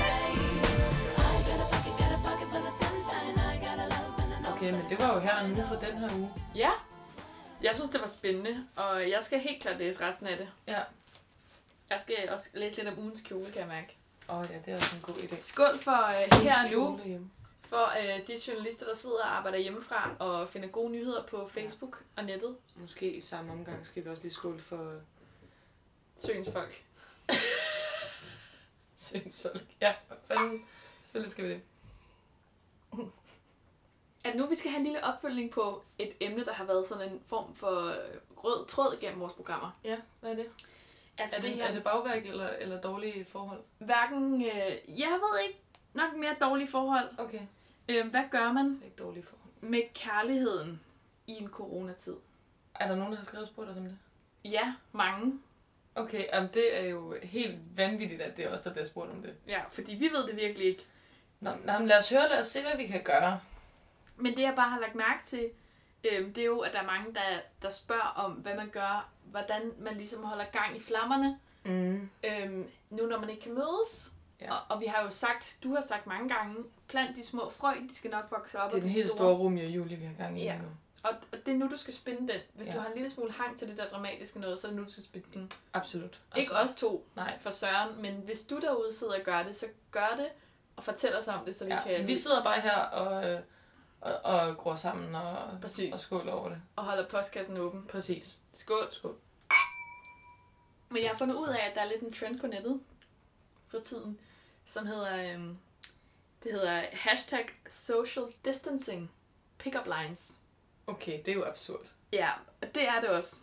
Speaker 2: I got a pocket, got a pocket full of sunshine. I got a love and an
Speaker 4: Okay, men det var jo her og nu for den her uge.
Speaker 3: Ja. Jeg synes, det var spændende, og jeg skal helt klart læse resten af det.
Speaker 4: Ja.
Speaker 3: Jeg skal også læse lidt om ugens kjole, kan jeg mærke.
Speaker 4: Åh oh, ja, det er også en god idé.
Speaker 3: Skål for øh, her og nu,
Speaker 4: Julehjem.
Speaker 3: for øh, de journalister, der sidder og arbejder hjemmefra og finder gode nyheder på Facebook og nettet.
Speaker 4: Måske i samme omgang skal vi også lige skåle for øh,
Speaker 3: Søgens folk.
Speaker 4: sindsfolk. Ja, for fanden. Selvfølgelig skal vi det.
Speaker 3: At nu vi skal have en lille opfølgning på et emne, der har været sådan en form for øh, rød tråd gennem vores programmer.
Speaker 4: Ja, hvad er det?
Speaker 3: Altså
Speaker 4: Er det, er det bagværk eller, eller dårlige forhold?
Speaker 3: hverken, øh, jeg ved ikke, nok mere dårlige forhold.
Speaker 4: Okay.
Speaker 3: Øh, hvad gør man
Speaker 4: Ikke dårlige forhold.
Speaker 3: med kærligheden i en coronatid?
Speaker 4: Er der nogen, der har skrevet og spurgt os om det?
Speaker 3: Ja, mange.
Speaker 4: Okay, jamen det er jo helt vanvittigt, at det er os, der bliver spurgt om det.
Speaker 3: Ja, fordi vi ved det virkelig ikke.
Speaker 4: Nå, nå men lad os høre, lad os se, hvad vi kan gøre.
Speaker 3: Men det, jeg bare har lagt mærke til, øh, det er jo, at der er mange, der, der spørger om, hvad man gør, hvordan man ligesom holder gang i flammerne,
Speaker 4: Mm.
Speaker 3: øh, nu når man ikke kan mødes.
Speaker 4: Ja.
Speaker 3: Ja. Og, og vi har jo sagt, du har sagt mange gange, plant de små frø, de skal nok vokse op
Speaker 4: Det er
Speaker 3: og
Speaker 4: den
Speaker 3: blive
Speaker 4: helt store Romeo og Julie, vi har gang i
Speaker 3: Ja.
Speaker 4: ja. nu.
Speaker 3: Og, og det er nu, du skal spinde den. Hvis
Speaker 4: Ja.
Speaker 3: ja. du har en lille smule hang til det der dramatiske noget, så er det nu, du skal spinde den.
Speaker 4: Absolut.
Speaker 3: Ikke os to
Speaker 4: Nej.
Speaker 3: for Søren, men hvis du derude sidder og gør det, så gør det og fortæl os om det, så vi ja,
Speaker 4: Ja,
Speaker 3: kan
Speaker 4: vi sidder bare her og, øh, og, og gror sammen og,
Speaker 3: Præcis.
Speaker 4: og skåler over det.
Speaker 3: og holder postkassen åben.
Speaker 4: Præcis.
Speaker 3: Skål.
Speaker 4: Skål.
Speaker 3: Men jeg har fundet ud af, at der er lidt en trend på nettet for tiden, som hedder, øhm, det hedder hashtag social distancing pickup lines.
Speaker 4: Okay, det er jo absurd.
Speaker 3: Ja, og det er det også.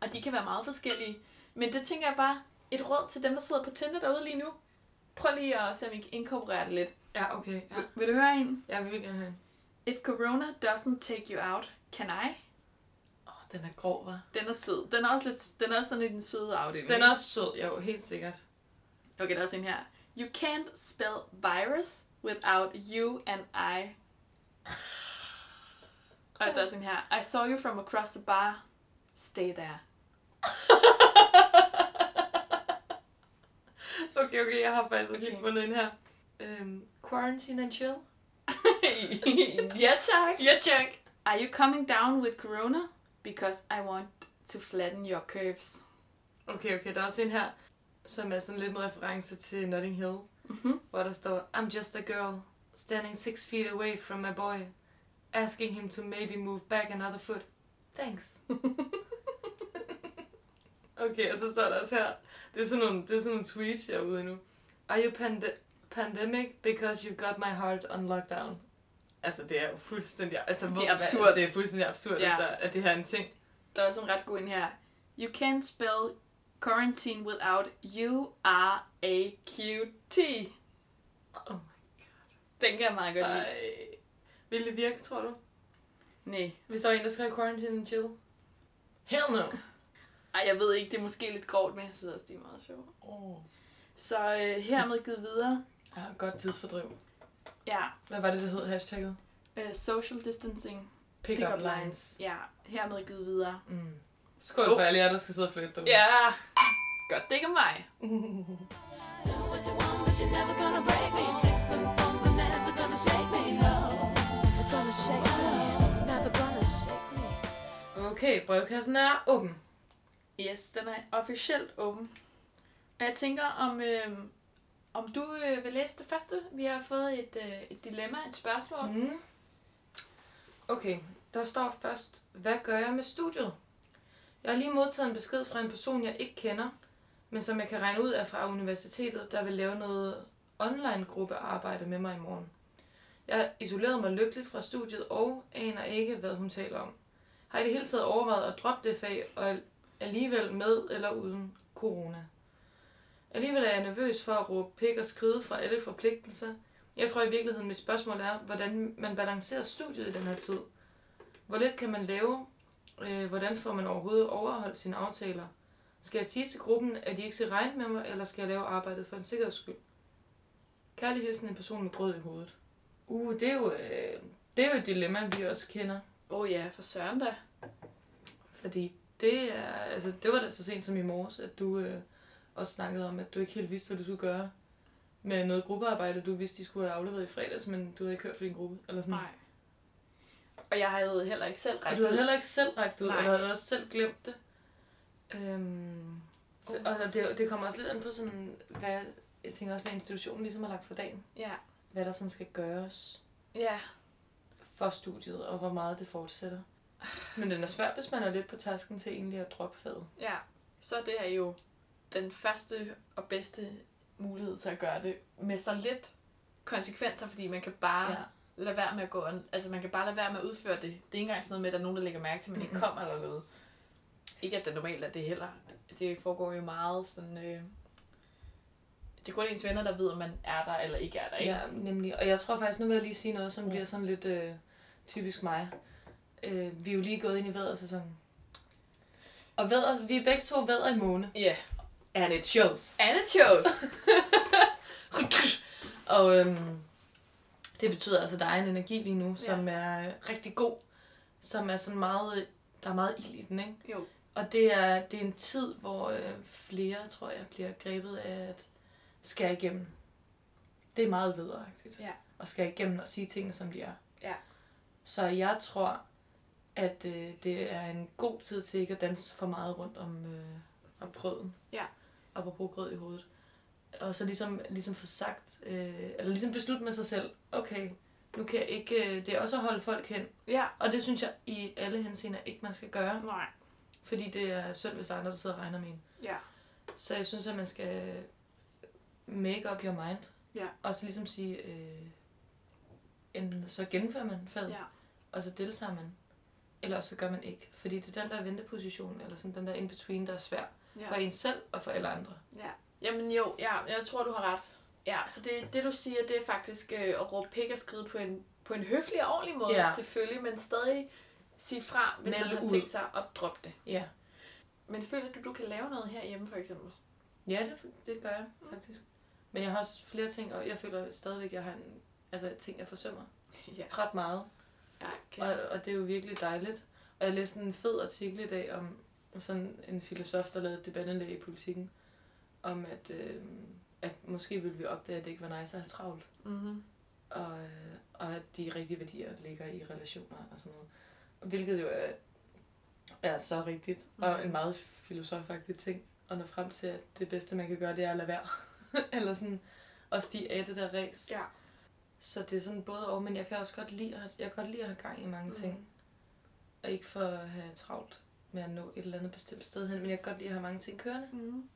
Speaker 3: Og de kan være meget forskellige. Men det tænker jeg bare, et råd til dem, der sidder på Tinder derude lige nu. Prøv lige at se, om I kan inkorporere det lidt.
Speaker 4: Ja, okay. Ja.
Speaker 3: Vil du høre en?
Speaker 4: Jeg vil gerne have en.
Speaker 3: If corona doesn't take you out, can I?
Speaker 4: Åh, den er grov, hva'?
Speaker 3: Den er sød. Den er også, lidt, den er også sådan i den søde afdeling.
Speaker 4: Den er også sød, jo, helt sikkert.
Speaker 3: ikke? Okay, der er også en her. You can't spell virus without you and I. Og der er sådan her. I saw you from across the bar. Stay there.
Speaker 4: Okay, okay, jeg har faktisk også lige
Speaker 3: Okay.
Speaker 4: fundet en her. Øhm, quarantine and chill.
Speaker 3: yeah, Chuck. Yeah, Chuck. Are you coming down with corona? Because I want to flatten your curves.
Speaker 4: Okay, okay, der er også en her, som er sådan lidt en reference til Notting Hill,
Speaker 3: Mhm.
Speaker 4: hvor der står, I'm just a girl, standing six feet away from my boy, asking him to maybe move back another foot. Thanks. okay, og så står der også her, det er sådan nogle, det er sådan nogle tweets, jeg er ude i nu. Are you pande- pandemic because you got my heart on lockdown? Altså, det er jo fuldstændig... Altså, hvor- hvad-
Speaker 3: absurd.
Speaker 4: Det er fuldstændig absurd,
Speaker 3: Ja.
Speaker 4: ja. at, der, at det her er en ting.
Speaker 3: Der er også en ret god en her. You can't spell quarantine without U-R-A-Q-T.
Speaker 4: Oh my
Speaker 3: Den kan jeg meget godt lide.
Speaker 4: Ej. Vil det virke, tror du?
Speaker 3: Nej.
Speaker 4: Hvis der var en, der skrev quarantine and chill. Hell no.
Speaker 3: Ej, jeg ved ikke, det er måske lidt grovt, men jeg synes også, de er meget sjove.
Speaker 4: Oh.
Speaker 3: Så øh, hermed givet videre.
Speaker 4: Ja, godt tidsfordriv.
Speaker 3: Ja,
Speaker 4: Hvad var det, det hed hashtagget?
Speaker 3: øh, social distancing.
Speaker 4: Pick,
Speaker 3: Pick up lines. Ja, hermed givet videre.
Speaker 4: Mm. Skål for
Speaker 3: Oh.
Speaker 4: alle jer, der skal sidde og flytte derude.
Speaker 3: Ja, godt det ikke er mig.
Speaker 2: Do what you want, but you're never gonna break me. Sticks and stones are never gonna shake me. No, never gonna shake me. Never gonna shake me.
Speaker 4: Okay, brevkassen er åben.
Speaker 3: Yes, den er officielt åben. Og jeg tænker, om, øh, om du øh, vil læse det første. Vi har fået et, øh, et dilemma, et spørgsmål.
Speaker 4: Mm. Okay, der står først, hvad gør jeg med studiet? Jeg har lige modtaget en besked fra en person, jeg ikke kender, men som jeg kan regne ud af fra universitetet, der vil lave noget online-gruppearbejde med mig i morgen. Jeg har isoleret mig lykkeligt fra studiet og aner ikke, hvad hun taler om. Har i det hele taget overvejet at droppe det fag, og er alligevel med eller uden corona. Alligevel er jeg nervøs for at råbe pik og skride fra alle forpligtelser. Jeg tror i virkeligheden, mit spørgsmål er, hvordan man balancerer studiet i den her tid. Hvor lidt kan man lave? Øh, hvordan får man overhovedet overholdt sine aftaler? Skal jeg sige til gruppen, at de ikke skal regne med mig, eller skal jeg lave arbejdet for en sikkerheds skyld? Kærlig hilsen en person med brød i hovedet. Uh, det er jo, øh, det er jo et dilemma, vi også kender.
Speaker 6: Åh oh, ja, for søren da.
Speaker 4: Fordi det, er, altså, det var da så sent som i morges, at du øh, også snakkede om, at du ikke helt vidste, hvad du skulle gøre med noget gruppearbejde. Du vidste, de skulle have afleveret i fredags, men du havde ikke hørt fra din gruppe. Eller sådan.
Speaker 6: Nej.
Speaker 3: Og jeg havde heller ikke selv
Speaker 4: Mm. og
Speaker 3: ret
Speaker 4: du havde heller ikke selv rækket ud,
Speaker 6: Nej.
Speaker 4: eller havde også selv glemt det. Øhm, for, og det, det kommer også lidt an på, sådan, hvad, jeg tænker også, hvad institutionen ligesom har lagt for dagen.
Speaker 6: Ja.
Speaker 4: Hvad der sådan skal gøres
Speaker 3: Ja,
Speaker 4: for studiet, og hvor meget det fortsætter. Men den er svært, hvis man er lidt på tasken til egentlig at droppe faget.
Speaker 3: ja. Så er det her jo den første og bedste mulighed til at gøre det med så lidt konsekvenser, fordi man kan
Speaker 6: Ah.
Speaker 3: bare ja. lade være med at gå an, altså man kan bare lade være med at udføre det. Det er ikke engang sådan noget med, at der er nogen, der lægger mærke til, at man ikke
Speaker 4: Mhm.
Speaker 3: kommer eller noget. Ikke at det normalt er det heller. Det foregår jo meget sådan... Øh, det er kun ens venner, der ved, om man er der eller ikke er der. Ikke?
Speaker 4: Ja, nemlig. Og jeg tror faktisk, nu vil jeg lige sige noget, som
Speaker 3: Mm.
Speaker 4: bliver sådan lidt øh, typisk mig. Øh, vi er jo lige gået ind i vædersæsonen. Og vædder, vi er begge to vædder i måne.
Speaker 3: Ja.
Speaker 4: And it shows.
Speaker 3: Anna chose.
Speaker 4: Og øhm, det betyder altså, at der er en energi lige nu, som er øh, rigtig god. Som er sådan meget, øh, der er meget ild i den, ikke?
Speaker 6: Jo.
Speaker 4: Og det er, det er en tid, hvor øh, flere, tror jeg, bliver grebet af at skære igennem. Det er meget vederagtigt.
Speaker 6: Ja.
Speaker 4: Og skære igennem og sige tingene, som de er.
Speaker 6: Ja.
Speaker 4: Så jeg tror, at øh, det er en god tid til ikke at danse for meget rundt om, øh, om grøden.
Speaker 6: Ja.
Speaker 4: Apropos grød i hovedet. Og så ligesom, ligesom få sagt, øh, eller ligesom beslutte med sig selv, okay, nu kan jeg ikke, øh, det er også at holde folk hen.
Speaker 6: Ja.
Speaker 4: Og det synes jeg i alle henseender ikke, man skal gøre.
Speaker 6: Nej.
Speaker 4: Fordi det er selv hvis andre, der sidder og regner med en.
Speaker 6: Ja.
Speaker 4: Så jeg synes, at man skal make up your mind.
Speaker 6: Ja.
Speaker 4: Og så ligesom sige, øh, enten så gennemfører man faget,
Speaker 6: Ja.
Speaker 4: og så deltager man. Eller også så gør man ikke. Fordi det er den der venteposition, eller sådan den der in-between, der er svær.
Speaker 6: Ja.
Speaker 4: For en selv og for alle andre.
Speaker 3: Jamen jo, ja, jeg tror, du har ret. Ja, så det, det du siger, det er faktisk øh, at råbe pik og skride på en, på en høflig og ordentlig måde,
Speaker 4: Ja.
Speaker 3: selvfølgelig, men stadig sige fra, hvis
Speaker 4: Meld
Speaker 3: man har
Speaker 4: ud.
Speaker 3: tænkt sig at droppe det.
Speaker 4: Ja.
Speaker 3: Men føler du, du kan lave noget herhjemme, for eksempel?
Speaker 4: Ja, det, det gør jeg
Speaker 3: Mm.
Speaker 4: faktisk. Men jeg har også flere ting, og jeg føler stadigvæk, at jeg har en, altså, ting, jeg forsømmer
Speaker 3: Ja,
Speaker 4: ret meget.
Speaker 3: ja kan
Speaker 4: Og, og det er jo virkelig dejligt. Og jeg læste en fed artikel i dag om sådan en filosof, der lavede et debatindlæg i politikken, om at, øh, at måske ville vi opdage, at det ikke var nice at have travlt.
Speaker 3: mm-hmm.
Speaker 4: Og, øh, og at de rigtige værdier ligger i relationer og sådan noget. Hvilket jo er, er så rigtigt. Og en meget filosofagtig ting at nå frem til, at det bedste, man kan gøre, det er at lade være. Eller sådan, og stige af det der ræs.
Speaker 6: Ja.
Speaker 4: Så det er sådan både og, men jeg kan også godt lide, at- jeg kan godt lide at have gang i mange mm.
Speaker 3: Mm-hmm.
Speaker 4: ting. Og ikke for at have travlt med at nå et eller andet bestemt sted hen, men jeg kan godt lide at have mange ting kørende,
Speaker 6: Mm.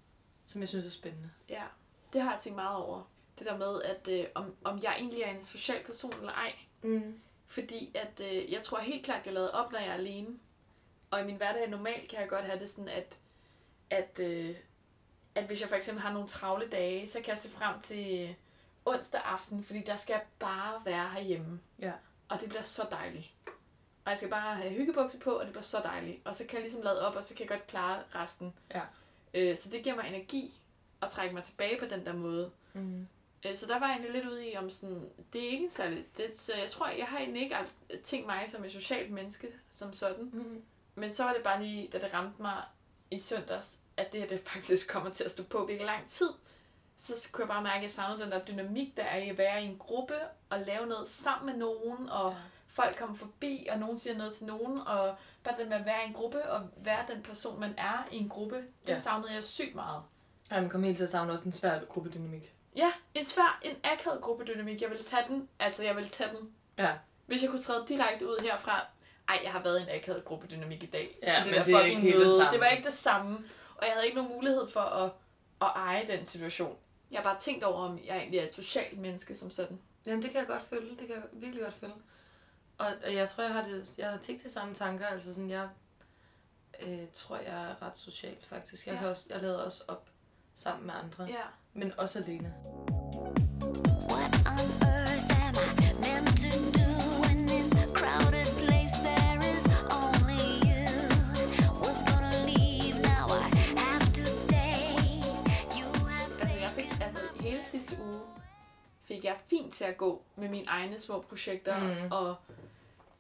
Speaker 4: som jeg synes er spændende.
Speaker 6: Ja.
Speaker 3: Mm-hmm. Det har jeg tænkt meget over. Det der med, at øh, om, om jeg egentlig er en social person eller ej.
Speaker 4: Mm.
Speaker 3: Fordi at øh, jeg tror helt klart, jeg lader op, når jeg er alene. Og i min hverdag normalt kan jeg godt have det sådan, at, at, øh, at hvis jeg for eksempel har nogle travle dage, så kan jeg se frem til øh, onsdag aften, fordi der skal jeg bare være herhjemme.
Speaker 4: Ja.
Speaker 3: Og det bliver så dejligt. Og jeg skal bare have hyggebukser på, og det bliver så dejligt. Og så kan jeg ligesom lade op, og så kan jeg godt klare resten.
Speaker 4: Ja.
Speaker 3: Øh, så det giver mig energi at trække mig tilbage på den der måde.
Speaker 4: Mm.
Speaker 3: Øh, Så der var jeg egentlig lidt ude i, om sådan, det er ikke en særlig, det, så jeg tror, jeg har egentlig ikke alt- tænkt mig som et socialt menneske, som sådan.
Speaker 4: Mm.
Speaker 3: Men så var det bare lige, da det ramte mig i søndags, at det her det faktisk kommer til at stå på virkelig lang tid. Så kunne jeg bare mærke, at jeg savnede den der dynamik, der er i at være i en gruppe og lave noget sammen med nogen, og
Speaker 4: Ja.
Speaker 3: folk kommer forbi, og nogen siger noget til nogen, og bare den med at være i en gruppe og være den person, man er i en gruppe, det
Speaker 4: Ja.
Speaker 3: savnede jeg sygt meget.
Speaker 4: Ej, man kommer helt til at savne også en svær gruppedynamik.
Speaker 3: Ja, en svær, en akavet gruppedynamik. Jeg vil tage den. Altså, jeg vil tage den.
Speaker 4: Ja.
Speaker 3: Hvis jeg kunne træde direkte ud herfra. Ej, jeg har været i en akavet gruppedynamik i dag.
Speaker 4: Ja,
Speaker 3: til
Speaker 4: men
Speaker 3: der
Speaker 4: det er
Speaker 3: fucking
Speaker 4: ikke helt det
Speaker 3: møde.
Speaker 4: samme.
Speaker 3: Det var ikke det samme. Og jeg havde ikke nogen mulighed for at, at eje den situation. Jeg har bare tænkt over, om jeg egentlig er et socialt menneske som sådan.
Speaker 4: Jamen, det kan jeg godt følge. Det kan jeg virkelig godt følge. Og, og jeg tror, jeg har, det, jeg har tænkt de samme tanker. Altså sådan, jeg, øh, tror jeg er ret socialt faktisk. Jeg,
Speaker 6: Ja.
Speaker 4: ja. også, jeg lader også op sammen med andre, ja.
Speaker 6: Ja.
Speaker 4: men også alene.
Speaker 2: What on earth am I meant to do in this crowded place? There is only you. Was gonna leave, now I have to stay. You have
Speaker 6: Altså, jeg fik, altså, hele sidste uge fik jeg fint til at gå med mine egne små projekter mm.
Speaker 4: Mm.
Speaker 6: og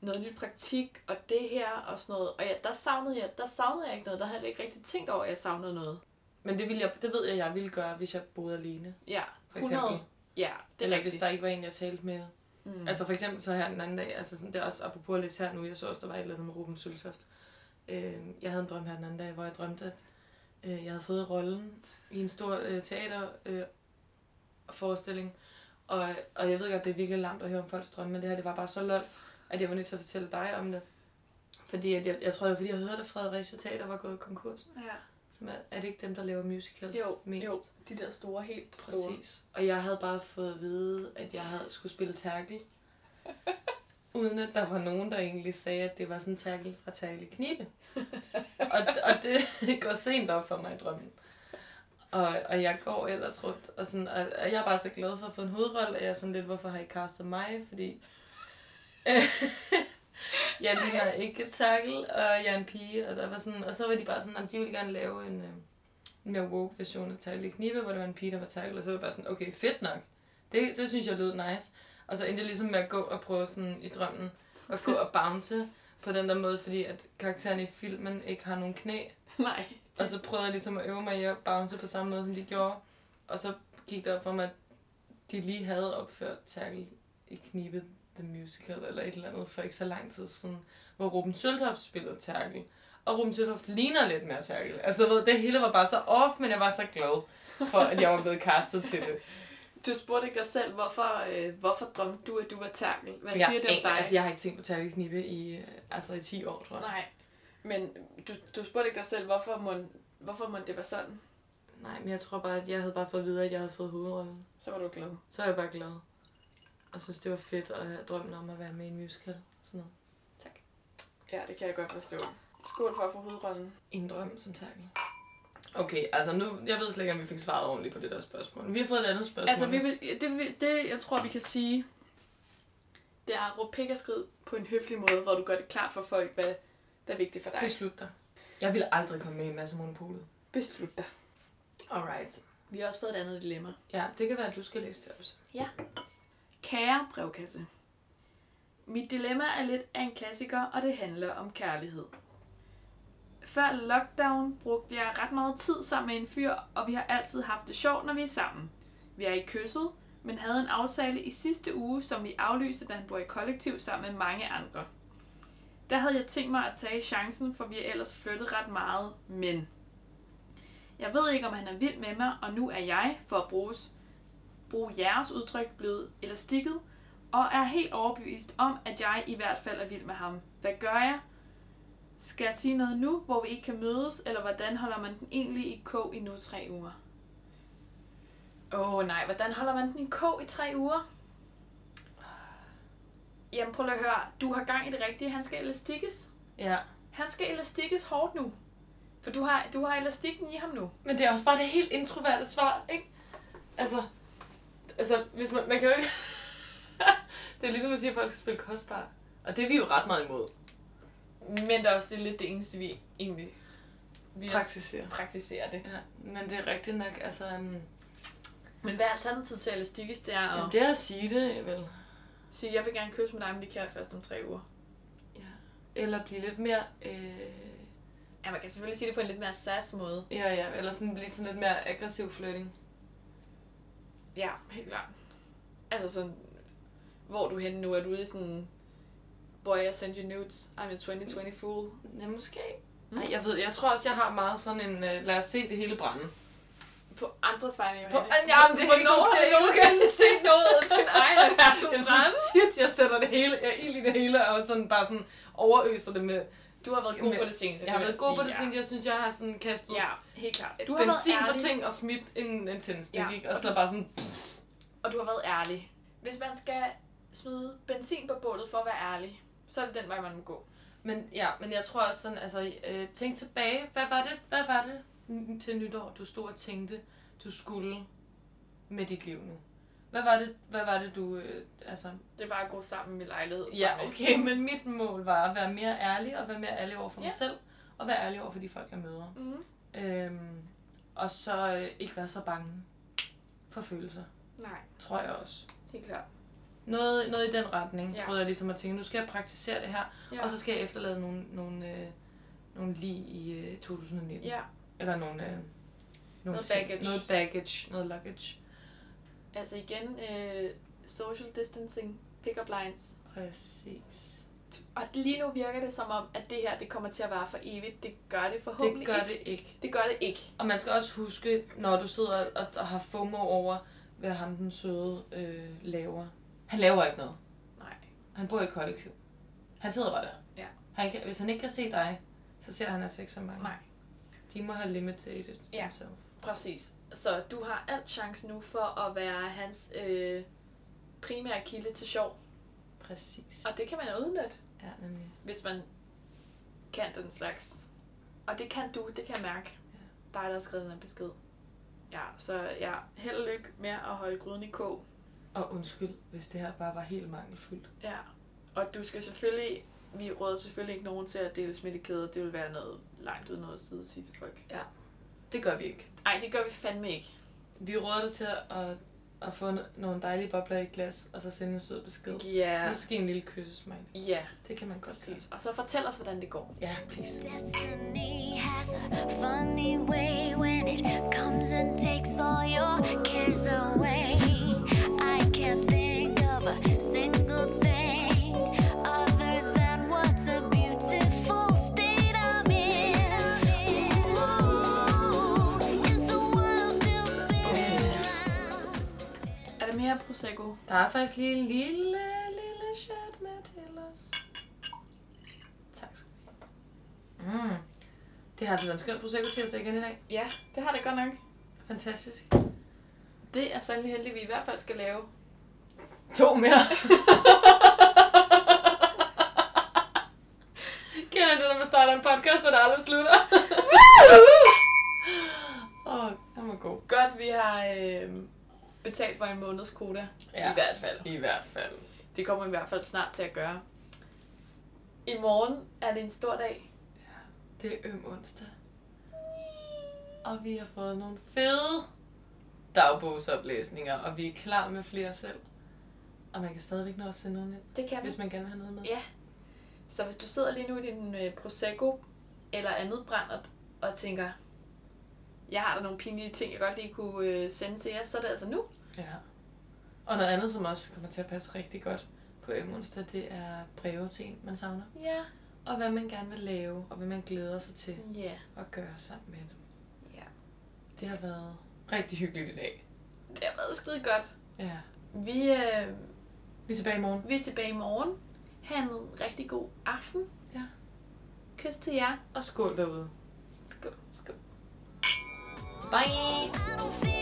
Speaker 6: noget nyt praktik og det her og sådan noget. Og ja, der, savnede jeg, der savnede jeg ikke noget. Der havde jeg ikke rigtig tænkt over, at jeg savnede noget.
Speaker 4: Men det, ville jeg, det ved jeg, jeg ville gøre, hvis jeg boede alene.
Speaker 6: Ja,
Speaker 4: For eksempel.
Speaker 6: 100. Ja, det er
Speaker 4: Eller
Speaker 6: rigtigt.
Speaker 4: hvis der ikke var en, jeg talte med.
Speaker 6: Mm.
Speaker 4: Mm. Altså for eksempel så her den anden dag, altså sådan, det er også apropos at læse her nu, jeg så også, der var et eller andet med Ruben Søltoft. Øh, jeg havde en drøm her den anden dag, hvor jeg drømte, at øh, jeg havde fået rollen i en stor øh, teaterforestilling. Øh, forestilling. og, og jeg ved godt, det er virkelig langt at høre om folks drømme, men det her det var bare så lol, at jeg var nødt til at fortælle dig om det. Fordi at jeg, jeg tror, det var fordi, jeg hørte, at Fredericia Teater var gået konkurs.
Speaker 6: Ja.
Speaker 4: Som er, er det ikke dem, der laver musicals
Speaker 3: Jo,
Speaker 4: mest?
Speaker 3: jo, de der store, helt store.
Speaker 4: Præcis. Og jeg havde bare fået at vide, at jeg havde skulle spille Terkel. Uden at der var nogen, der egentlig sagde, at det var sådan Terkel fra Terkel Knibe. og, og det går sent op for mig i drømmen. Og, og jeg går ellers rundt, og, sådan, og, og jeg er bare så glad for at få en hovedrolle, og jeg er sådan lidt, hvorfor har I castet mig? Fordi jeg ligner ikke Terkel, og jeg er en pige, og der var sådan, og så var de bare sådan, at de ville gerne lave en... Øh, en mere woke version af Tackle Knibe, hvor det var en pige, der var tackle, og så var jeg bare sådan, okay, fedt nok. Det, det synes jeg lød nice. Og så endte jeg ligesom med at gå og prøve sådan i drømmen, at gå og bounce på den der måde, fordi at karakteren i filmen ikke har nogen knæ.
Speaker 6: Nej.
Speaker 4: Og så prøvede jeg ligesom at øve mig i at bounce på samme måde, som de gjorde. Og så gik det op for mig, at de lige havde opført Tackle i Knibe The Musical, eller et eller andet, for ikke så lang tid siden, hvor Ruben Søltoft spillede Tackle. Og Ruben Søltoft ligner lidt mere Tackle. Altså, du ved, det hele var bare så off, men jeg var så glad for, at jeg var blevet castet til det.
Speaker 6: Du spurgte ikke dig selv, hvorfor, øh, hvorfor drømte du, at du var tærkel? Hvad siger det om
Speaker 4: aner-
Speaker 6: dig?
Speaker 4: Altså, jeg har ikke tænkt på Tackle Knibe i, øh, altså, i 10 år, tror jeg.
Speaker 6: Nej.
Speaker 3: Men du, du spurgte ikke dig selv, hvorfor må, hvorfor må det være sådan?
Speaker 4: Nej, men jeg tror bare, at jeg havde bare fået at vide, at jeg havde fået hovedrollen.
Speaker 3: Så var du glad.
Speaker 4: så er jeg bare glad. Og synes, det var fedt, og jeg drømte om at være med i en musical. Sådan noget.
Speaker 3: Ja, det kan jeg godt forstå. Skål for at få hovedrollen.
Speaker 4: En drøm som takkel. Okay, altså nu, jeg ved slet ikke, om vi fik svaret ordentligt på det der spørgsmål. Vi har fået et andet spørgsmål.
Speaker 3: Altså, vi vil, det, vil- det, jeg tror, vi kan sige, det er at råbe pik og skrid på en høflig måde, hvor du gør det klart for folk, hvad der er vigtigt for dig.
Speaker 4: Beslut dig. Jeg ville aldrig komme med i en masse monopolet.
Speaker 3: Beslut dig.
Speaker 4: Alright.
Speaker 3: Vi har også fået et andet dilemma.
Speaker 4: Ja, det kan være, at du skal læse det op. så.
Speaker 6: Kære brevkasse. Mit dilemma er lidt af en klassiker, og det handler om kærlighed. Før lockdown brugte jeg ret meget tid sammen med en fyr, og vi har altid haft det sjovt, når vi er sammen. Vi har ikke kysset, men havde en aftale i sidste uge, som vi aflyste, da han bor i kollektiv sammen med mange andre. Der havde jeg tænkt mig at tage chancen, for vi har ellers flyttet ret meget, men... Jeg ved ikke, om han er vild med mig, og nu er jeg, for at bruges bruge jeres udtryk blevet elastikket, og er helt overbevist om, at jeg i hvert fald er vild med ham. Hvad gør jeg? Skal jeg sige noget nu, hvor vi ikke kan mødes, eller hvordan holder man den egentlig i kog i nu tre uger?
Speaker 3: Åh oh, nej, hvordan holder man den i kog i tre uger?
Speaker 6: Jamen prøv lige at høre, du har gang i det rigtige, han skal elastikkes.
Speaker 4: Ja.
Speaker 6: Han skal elastikkes hårdt nu. For du har, du har elastikken i ham nu.
Speaker 4: Men det er også bare det helt introverte svar, ikke? Altså, altså hvis man, man kan jo ikke... det er ligesom at sige, at folk skal spille kostbar. Og det er vi jo ret meget imod.
Speaker 3: Men det er også det er lidt det eneste, vi egentlig vi også
Speaker 4: Praktiserer.
Speaker 3: praktiserer det.
Speaker 4: Ja, men det er rigtigt nok, altså... Um,
Speaker 3: Men hvad er alternativet til elastikkes? Det er
Speaker 4: Ja,
Speaker 3: at
Speaker 4: det er at sige det, vel.
Speaker 3: sige, jeg vil gerne kysse med dig, men det kan jeg først om tre uger.
Speaker 4: Eller blive lidt mere... Øh,
Speaker 3: Ja, man kan selvfølgelig sige det på en lidt mere sass måde.
Speaker 4: ja, ja, eller sådan, blive sådan lidt mere aggressiv flirting.
Speaker 3: Ja, helt klart. Altså sådan, hvor er du henne nu? Er du ude i sådan, boy, I sent you nudes, I'm a 2020 fool?
Speaker 4: Ja, måske. Nej, jeg ved, jeg tror også, jeg har meget sådan en, øh, lad os se det hele brænde.
Speaker 3: På andres vegne,
Speaker 4: På,
Speaker 3: Johanne.
Speaker 4: ja, men det er helt okay.
Speaker 3: har du sådan set noget af din egen verden
Speaker 4: Jeg
Speaker 3: brænde?
Speaker 4: synes tit, jeg sætter det hele, jeg ild i det hele, og sådan bare sådan overøser det med...
Speaker 3: Du har været god
Speaker 4: Men-
Speaker 3: på det seneste,
Speaker 4: Jeg har
Speaker 3: vil
Speaker 4: været god
Speaker 3: sige,
Speaker 4: på det
Speaker 3: ja.
Speaker 4: siden, jeg synes, jeg har sådan kastet
Speaker 6: Ja, helt klart.
Speaker 4: du har benzin
Speaker 6: været
Speaker 4: på
Speaker 6: ærlig,
Speaker 4: ting og smidt en, en tændstik,
Speaker 6: Ja,
Speaker 4: ikke? Og så bare sådan...
Speaker 6: og du har været ærlig.
Speaker 3: Hvis man skal smide benzin på bålet for at være ærlig, så er det den vej, man må gå.
Speaker 4: Men ja, men jeg tror også sådan, altså, øh, tænk tilbage. Hvad var det, hvad var det n- til nytår, du stod og tænkte, du skulle med dit liv nu? Hvad var det, hvad var det du, øh, altså...
Speaker 7: Det er bare at gå sammen i lejlighed.
Speaker 4: Ja,
Speaker 7: sammen.
Speaker 4: okay, men mit mål var at være mere ærlig, og være mere ærlig over for mig
Speaker 7: Ja.
Speaker 4: selv, og være ærlig over for de folk, jeg møder.
Speaker 3: Mm-hmm.
Speaker 7: Mhm.
Speaker 4: Øhm, og så øh, ikke være så bange for følelser,
Speaker 3: Nej,
Speaker 4: tror jeg også.
Speaker 3: helt klart.
Speaker 4: Noget, noget i den retning, ja.
Speaker 3: Ja.
Speaker 4: prøvede jeg ligesom at tænke, nu skal jeg praktisere det her, ja.
Speaker 3: Ja.
Speaker 4: og så skal jeg efterlade nogle, nogle, øh, nogle lige i øh, 2019.
Speaker 3: Ja,
Speaker 4: Eller nogle, øh, nogle
Speaker 7: Noget
Speaker 4: ting.
Speaker 7: baggage.
Speaker 4: Noget baggage, noget luggage.
Speaker 3: altså igen, øh, social distancing, pick-up lines.
Speaker 4: Præcis.
Speaker 3: Og lige nu virker det som om, at det her det kommer til at vare for evigt. Det gør det forhåbentlig
Speaker 4: Det gør
Speaker 3: ikke.
Speaker 4: det ikke.
Speaker 3: Det gør det ikke.
Speaker 4: Og man skal også huske, når du sidder og, og har FOMO over, hvad ham den søde øh, laver. Han laver ikke noget.
Speaker 3: Nej.
Speaker 4: Han bor i et kollektiv. Han sidder bare der.
Speaker 3: Ja.
Speaker 4: Han kan, hvis han ikke kan se dig, så ser han altså ikke så mange.
Speaker 3: Nej.
Speaker 4: De må have limited
Speaker 3: Ja.
Speaker 4: themselves.
Speaker 3: Præcis. Så du har alt chance nu for at være hans øh, primære kilde til sjov.
Speaker 4: Præcis.
Speaker 3: Og det kan man udnytte,
Speaker 4: Ja, nemlig.
Speaker 3: hvis man kan den slags. Og det kan du, det kan jeg mærke. Dig, der har skrevet en besked. Ja, så ja, held og lykke med at holde gryden i kog.
Speaker 4: Og undskyld, hvis det her bare var helt mangelfuldt.
Speaker 3: Ja. Og du skal selvfølgelig, vi råder selvfølgelig ikke nogen til at dele smittekæder. Det vil være noget langt uden noget at sidde og sige til folk.
Speaker 4: Det gør vi ikke.
Speaker 3: Nej, det gør vi fandme ikke.
Speaker 4: Vi råder dig til at, at få n- nogle dejlige bobler i et glas, og så sende en sød besked. Ja.
Speaker 3: Ja,
Speaker 4: Måske en lille kyssesmile.
Speaker 3: ja,
Speaker 4: Det kan man godt
Speaker 3: præcis. Og så fortæl os, hvordan det går.
Speaker 4: Ja, please.
Speaker 2: Destiny has a funny way when it comes and takes all your cares away. I can't think of a single thing other than what's a beautiful state I'm in. Ooh, is the world still spinning round?
Speaker 3: Er der mere Prosecco?
Speaker 4: Der er faktisk lige en lille, lille shot med til os. Tak skal du have. Mm. Det har altså været en skøn prosecco tirsdag igen i dag.
Speaker 3: Ja, det har det godt nok.
Speaker 4: Fantastisk.
Speaker 3: Det er sandelig heldigt, at vi i hvert fald skal lave.
Speaker 4: To mere. Kender du, når man starter en podcast, og der aldrig slutter? Åh, oh, den var god.
Speaker 3: Godt, vi har øh, betalt for en måneds quota. Ja. I hvert fald.
Speaker 4: I hvert fald.
Speaker 3: Det kommer vi i hvert fald snart til at gøre. I morgen er det en stor dag.
Speaker 4: Det er øm onsdag. Og vi har fået nogle fede dagbogsoplæsninger, og vi er klar med flere selv. Og man kan stadigvæk nå at sende noget ind,
Speaker 3: Det kan vi.
Speaker 4: hvis man gerne vil have noget med.
Speaker 3: Ja. Så hvis du sidder lige nu i din øh, Prosecco eller andet brændert og tænker, jeg har da nogle pinlige ting, jeg godt lige kunne øh, sende til jer, så er det altså nu.
Speaker 4: ja. Og noget andet, som også kommer til at passe rigtig godt på øm onsdag, det er breve til en, man savner.
Speaker 3: Ja.
Speaker 4: og hvad man gerne vil lave, og hvad man glæder sig til
Speaker 3: Ja.
Speaker 4: at gøre sammen med dem.
Speaker 3: Ja.
Speaker 4: Det har været rigtig hyggeligt i dag.
Speaker 3: Det har været skide godt.
Speaker 4: Ja.
Speaker 3: Vi, øh,
Speaker 4: Vi er tilbage i morgen.
Speaker 3: vi er tilbage i morgen. Ha' en rigtig god aften.
Speaker 4: Ja.
Speaker 3: Kys til jer.
Speaker 4: Og skål derude.
Speaker 3: Skål. Skål.
Speaker 4: Bye!
Speaker 2: I don't feel